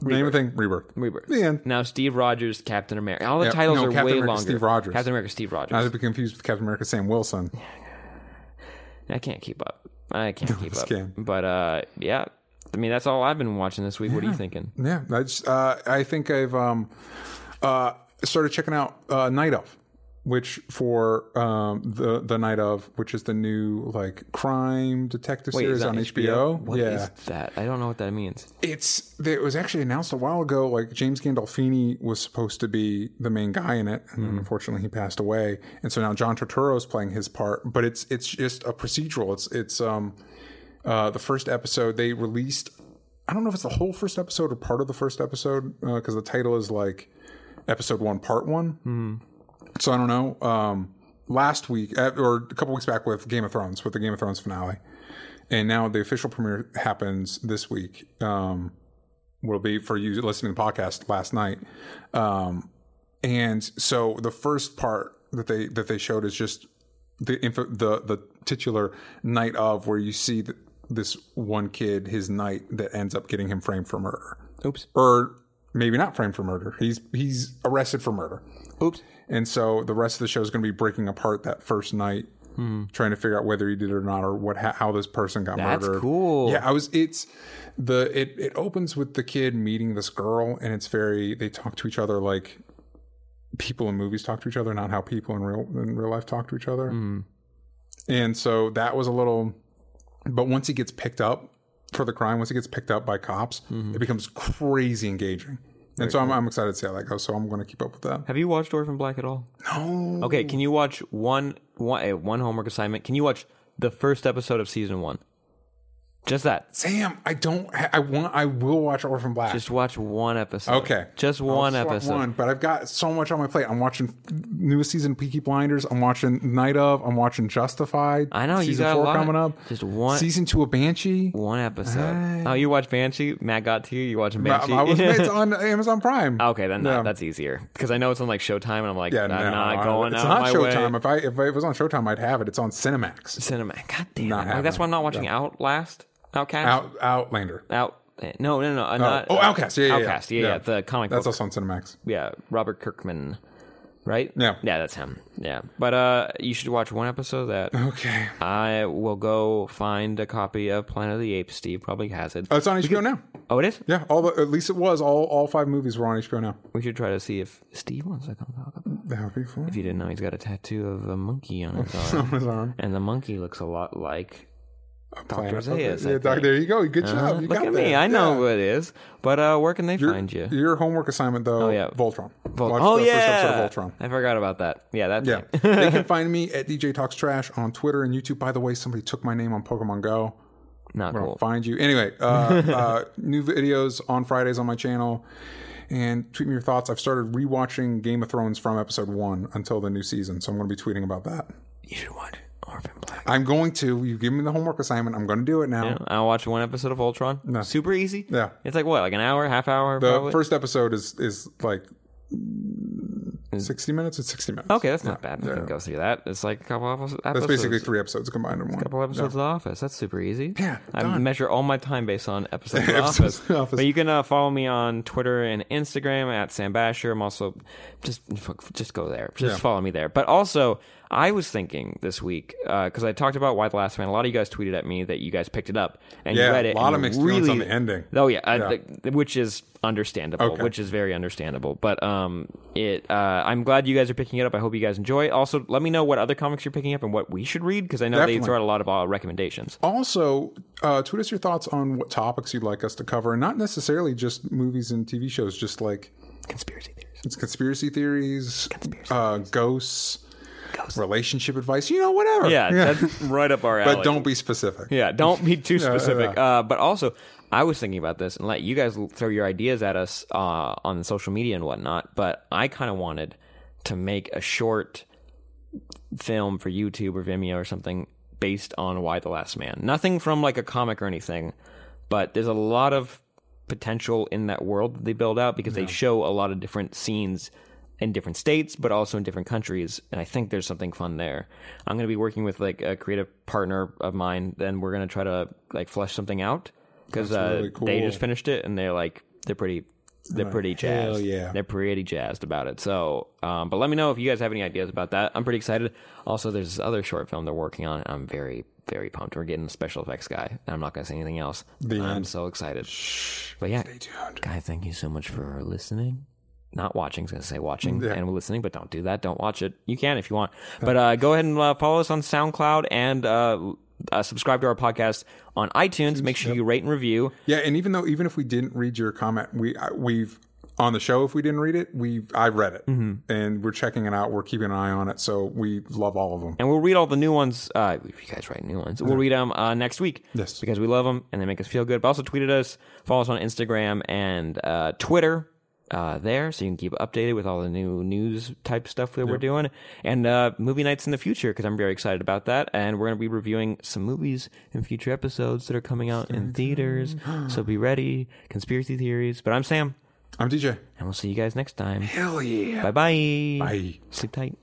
name a thing. Rebirth.
Rebirth.
The end.
Now Steve Rogers, Captain America. All the
Yeah,
titles are
no, Captain
way
America,
longer.
Steve Rogers.
Captain America, Steve Rogers.
Not to be confused with Captain America, Sam Wilson.
I can't keep up. I
<laughs>
can't keep up.
can.
But uh, yeah, I mean that's all I've been watching this week. What are you thinking?
Yeah, I just uh, I think I've um, uh, started checking out uh, Night Elf. which for um, the the night of, which is the new like crime detective
Wait, is
series
that
on HBO.
What
yeah,
is that? I don't know what that means.
it's it was actually announced a while ago. Like James Gandolfini was supposed to be the main guy in it, and unfortunately he passed away. And so now John Turturro is playing his part, but it's it's just a procedural. It's it's um uh, the first episode they released. I don't know if it's the whole first episode or part of the first episode because the title is like episode one, part one. So I don't know. Um, last week uh, or a couple weeks back with Game of Thrones with the Game of Thrones finale, and now the official premiere happens this week. Um, will be for you listening to the podcast last night. Um, and so the first part that they that they showed is just the info, the the titular night of where you see th- this one kid his night that ends up getting him framed for murder.
Oops.
Or maybe not framed for murder. He's he's arrested for murder.
Oops.
And so the rest of the show is going to be breaking apart that first night, trying to figure out whether he did or not, or what how this person got
Hmm. That's
murdered.
cool.
Yeah, I was. It's the it it opens with the kid meeting this girl, and it's very they talk to each other like people in movies talk to each other, not how people in real in real life talk to each other. And so that was a little. But once he gets picked up for the crime, once he gets picked up by cops, it becomes crazy engaging. And so I'm, I'm excited to see how that goes. So I'm going to keep up with that. Oh,
Have you watched Orphan Black at all?
No.
Okay, can you watch one one eh, one homework assignment? Can you watch the first episode of season one? Just that.
Sam, I don't. Ha- I want. I will watch Orphan Black.
Just watch one episode.
okay,
Just
I'll
one
just watch
episode.
One, but I've got so much on my plate. I'm watching newest season Peaky Blinders. I'm watching Night of. I'm watching Justified.
I know, you
season
got a
four
lot.
coming up.
Just one-
season two of Banshee.
One episode.
Right.
Oh, you watch Banshee? Matt got to you. You watching
I,
Banshee? <laughs>
I was, it's on Amazon Prime.
okay, then that-
Yeah.
that's easier because I know it's on like Showtime, and I'm like,
Yeah,
I'm
no,
not
I-
going
It's
out
not
of my
Showtime.
way.
If I if it was on Showtime, I'd have it. It's on Cinemax.
Cinema. God damn.
Not
it. Like, that's
happening.
why I'm not watching Outlast. Outcast.
Out Outlander.
Out. eh, No, no, no. I'm not.
oh, Outcast. Yeah, yeah, yeah.
Outcast. Yeah, yeah.
Yeah.
The comic
That's
book.
also on Cinemax.
yeah, Robert Kirkman, right?
Yeah.
yeah, that's him. Yeah, but uh, you should watch one episode of that.
<laughs> Okay.
I will go find a copy of Planet of the Apes. Steve probably has it.
Oh, it's on HBO now.
oh, it is.
Yeah, all the, at least it was all all five movies were on HBO now.
We should try to see if Steve wants to come talk about. it.
That would be fun. <laughs>
If you didn't know, he's got a tattoo of a monkey on his arm,
his arm.
and the monkey looks a lot like.
Planet of
Zaius,
the-
I
yeah, doc,
think.
there you go. Good job.
Uh,
Oh, You
look
got
at
there.
me, I know
Yeah.
who it is. But uh, where can they find you? Oh,
Your homework assignment, though,
yeah.
Voltron.
Vol-
Watch
oh
the
yeah,
First episode of Voltron.
I forgot about that. Yeah, that's <laughs>
Yeah. they can find me at DJ Talks Trash on Twitter and YouTube. By the way, somebody took my name on Pokemon Go.
not
I'll
cool.
find you. Anyway,
<laughs>
uh, uh, new videos on Fridays on my channel. And tweet me your thoughts. I've started rewatching Game of Thrones from episode one until the new season. So I'm going to be tweeting about that.
You should watch Orphan Black.
I'm going to. You give me the homework assignment. I'm going to do it now.
You know, I'll watch one episode of Ultron. Super easy.
Yeah.
It's like what, like an hour, half hour?
The
probably?
first episode is is like mm, sixty minutes. It's sixty minutes.
okay, that's not bad. I can go through that. It's like a couple of episodes.
that's basically three episodes combined in one.
a couple episodes of The Office. That's super easy.
Yeah,
I
done.
measure all my time based on episodes
<laughs>
of The
Episodes
Office.
of The Office.
But you can uh, follow me on Twitter and Instagram at Sam Basher. I'm also just fuck, just go there. Just follow me there. But also, I was thinking this week because I talked about Why the Last Man. A lot of you guys tweeted at me that you guys picked it up and you
Yeah,
read it.
a lot
and
of
you
mixed
really,
feelings on the ending.
Oh yeah, I, th- which is understandable,
Okay.
which is very understandable. But um, it uh, I'm glad you guys are picking it up. I hope you guys enjoy. Also, let me know what other comics you're picking up and what we should read because I know they
Definitely.
throw out a lot of uh, recommendations.
Also, uh, tweet us your thoughts on what topics you'd like us to cover, and not necessarily just movies and TV shows. Just like
Conspiracy theories.
it's conspiracy theories, uh, ghosts, relationship advice. You know, whatever.
Yeah, that's right up our alley.
<laughs> but don't be specific.
Yeah, don't be
<laughs>
too specific. Uh, but also, I was thinking about this and let you guys l- throw your ideas at us uh, on social media and whatnot. But I kind of wanted to make a short film for YouTube or Vimeo or something based on Why the Last Man. Nothing from like a comic or anything, but there's a lot of potential in that world that they build out because they show a lot of different scenes in different states but also in different countries and i think there's something fun there i'm going to be working with like a creative partner of mine then we're going to try to like flesh something out because uh,
really
they
cool.
just finished it and they're like they're pretty they're pretty jazzed
yeah.
they're pretty jazzed about it so um, but let me know if you guys have any ideas about that i'm pretty excited also there's this other short film they're working on and i'm very very pumped we're getting a special effects guy and i'm not going to say anything else i'm so excited but yeah
Stay tuned.
guys thank you so much for listening not watching. I was going to say watching and listening, but don't do that. Don't watch it. You can if you want. But uh, go ahead and uh, follow us on SoundCloud and uh, uh, subscribe to our podcast on iTunes. Make sure you rate and review.
Yeah, and even though even if we didn't read your comment, we I- we've on the show if we didn't read it, we I read it
Mm-hmm.
and we're checking it out. We're keeping an eye on it, so we love all of them.
And we'll read all the new ones. Uh, if you guys write new ones, we'll read them uh, next week.
Yes.
Because we love them and they make us feel good. But also tweet at us, follow us on Instagram and uh, Twitter uh, there so you can keep updated with all the new news type stuff that we're doing. And uh, movie nights in the future because I'm very excited about that. And we're going to be reviewing some movies in future episodes that are coming out in theaters. so be ready. Conspiracy theories. But I'm Sam
I'm DJ.
and we'll see you guys next time.
Hell yeah!
Bye-bye.
Bye.
Sleep tight.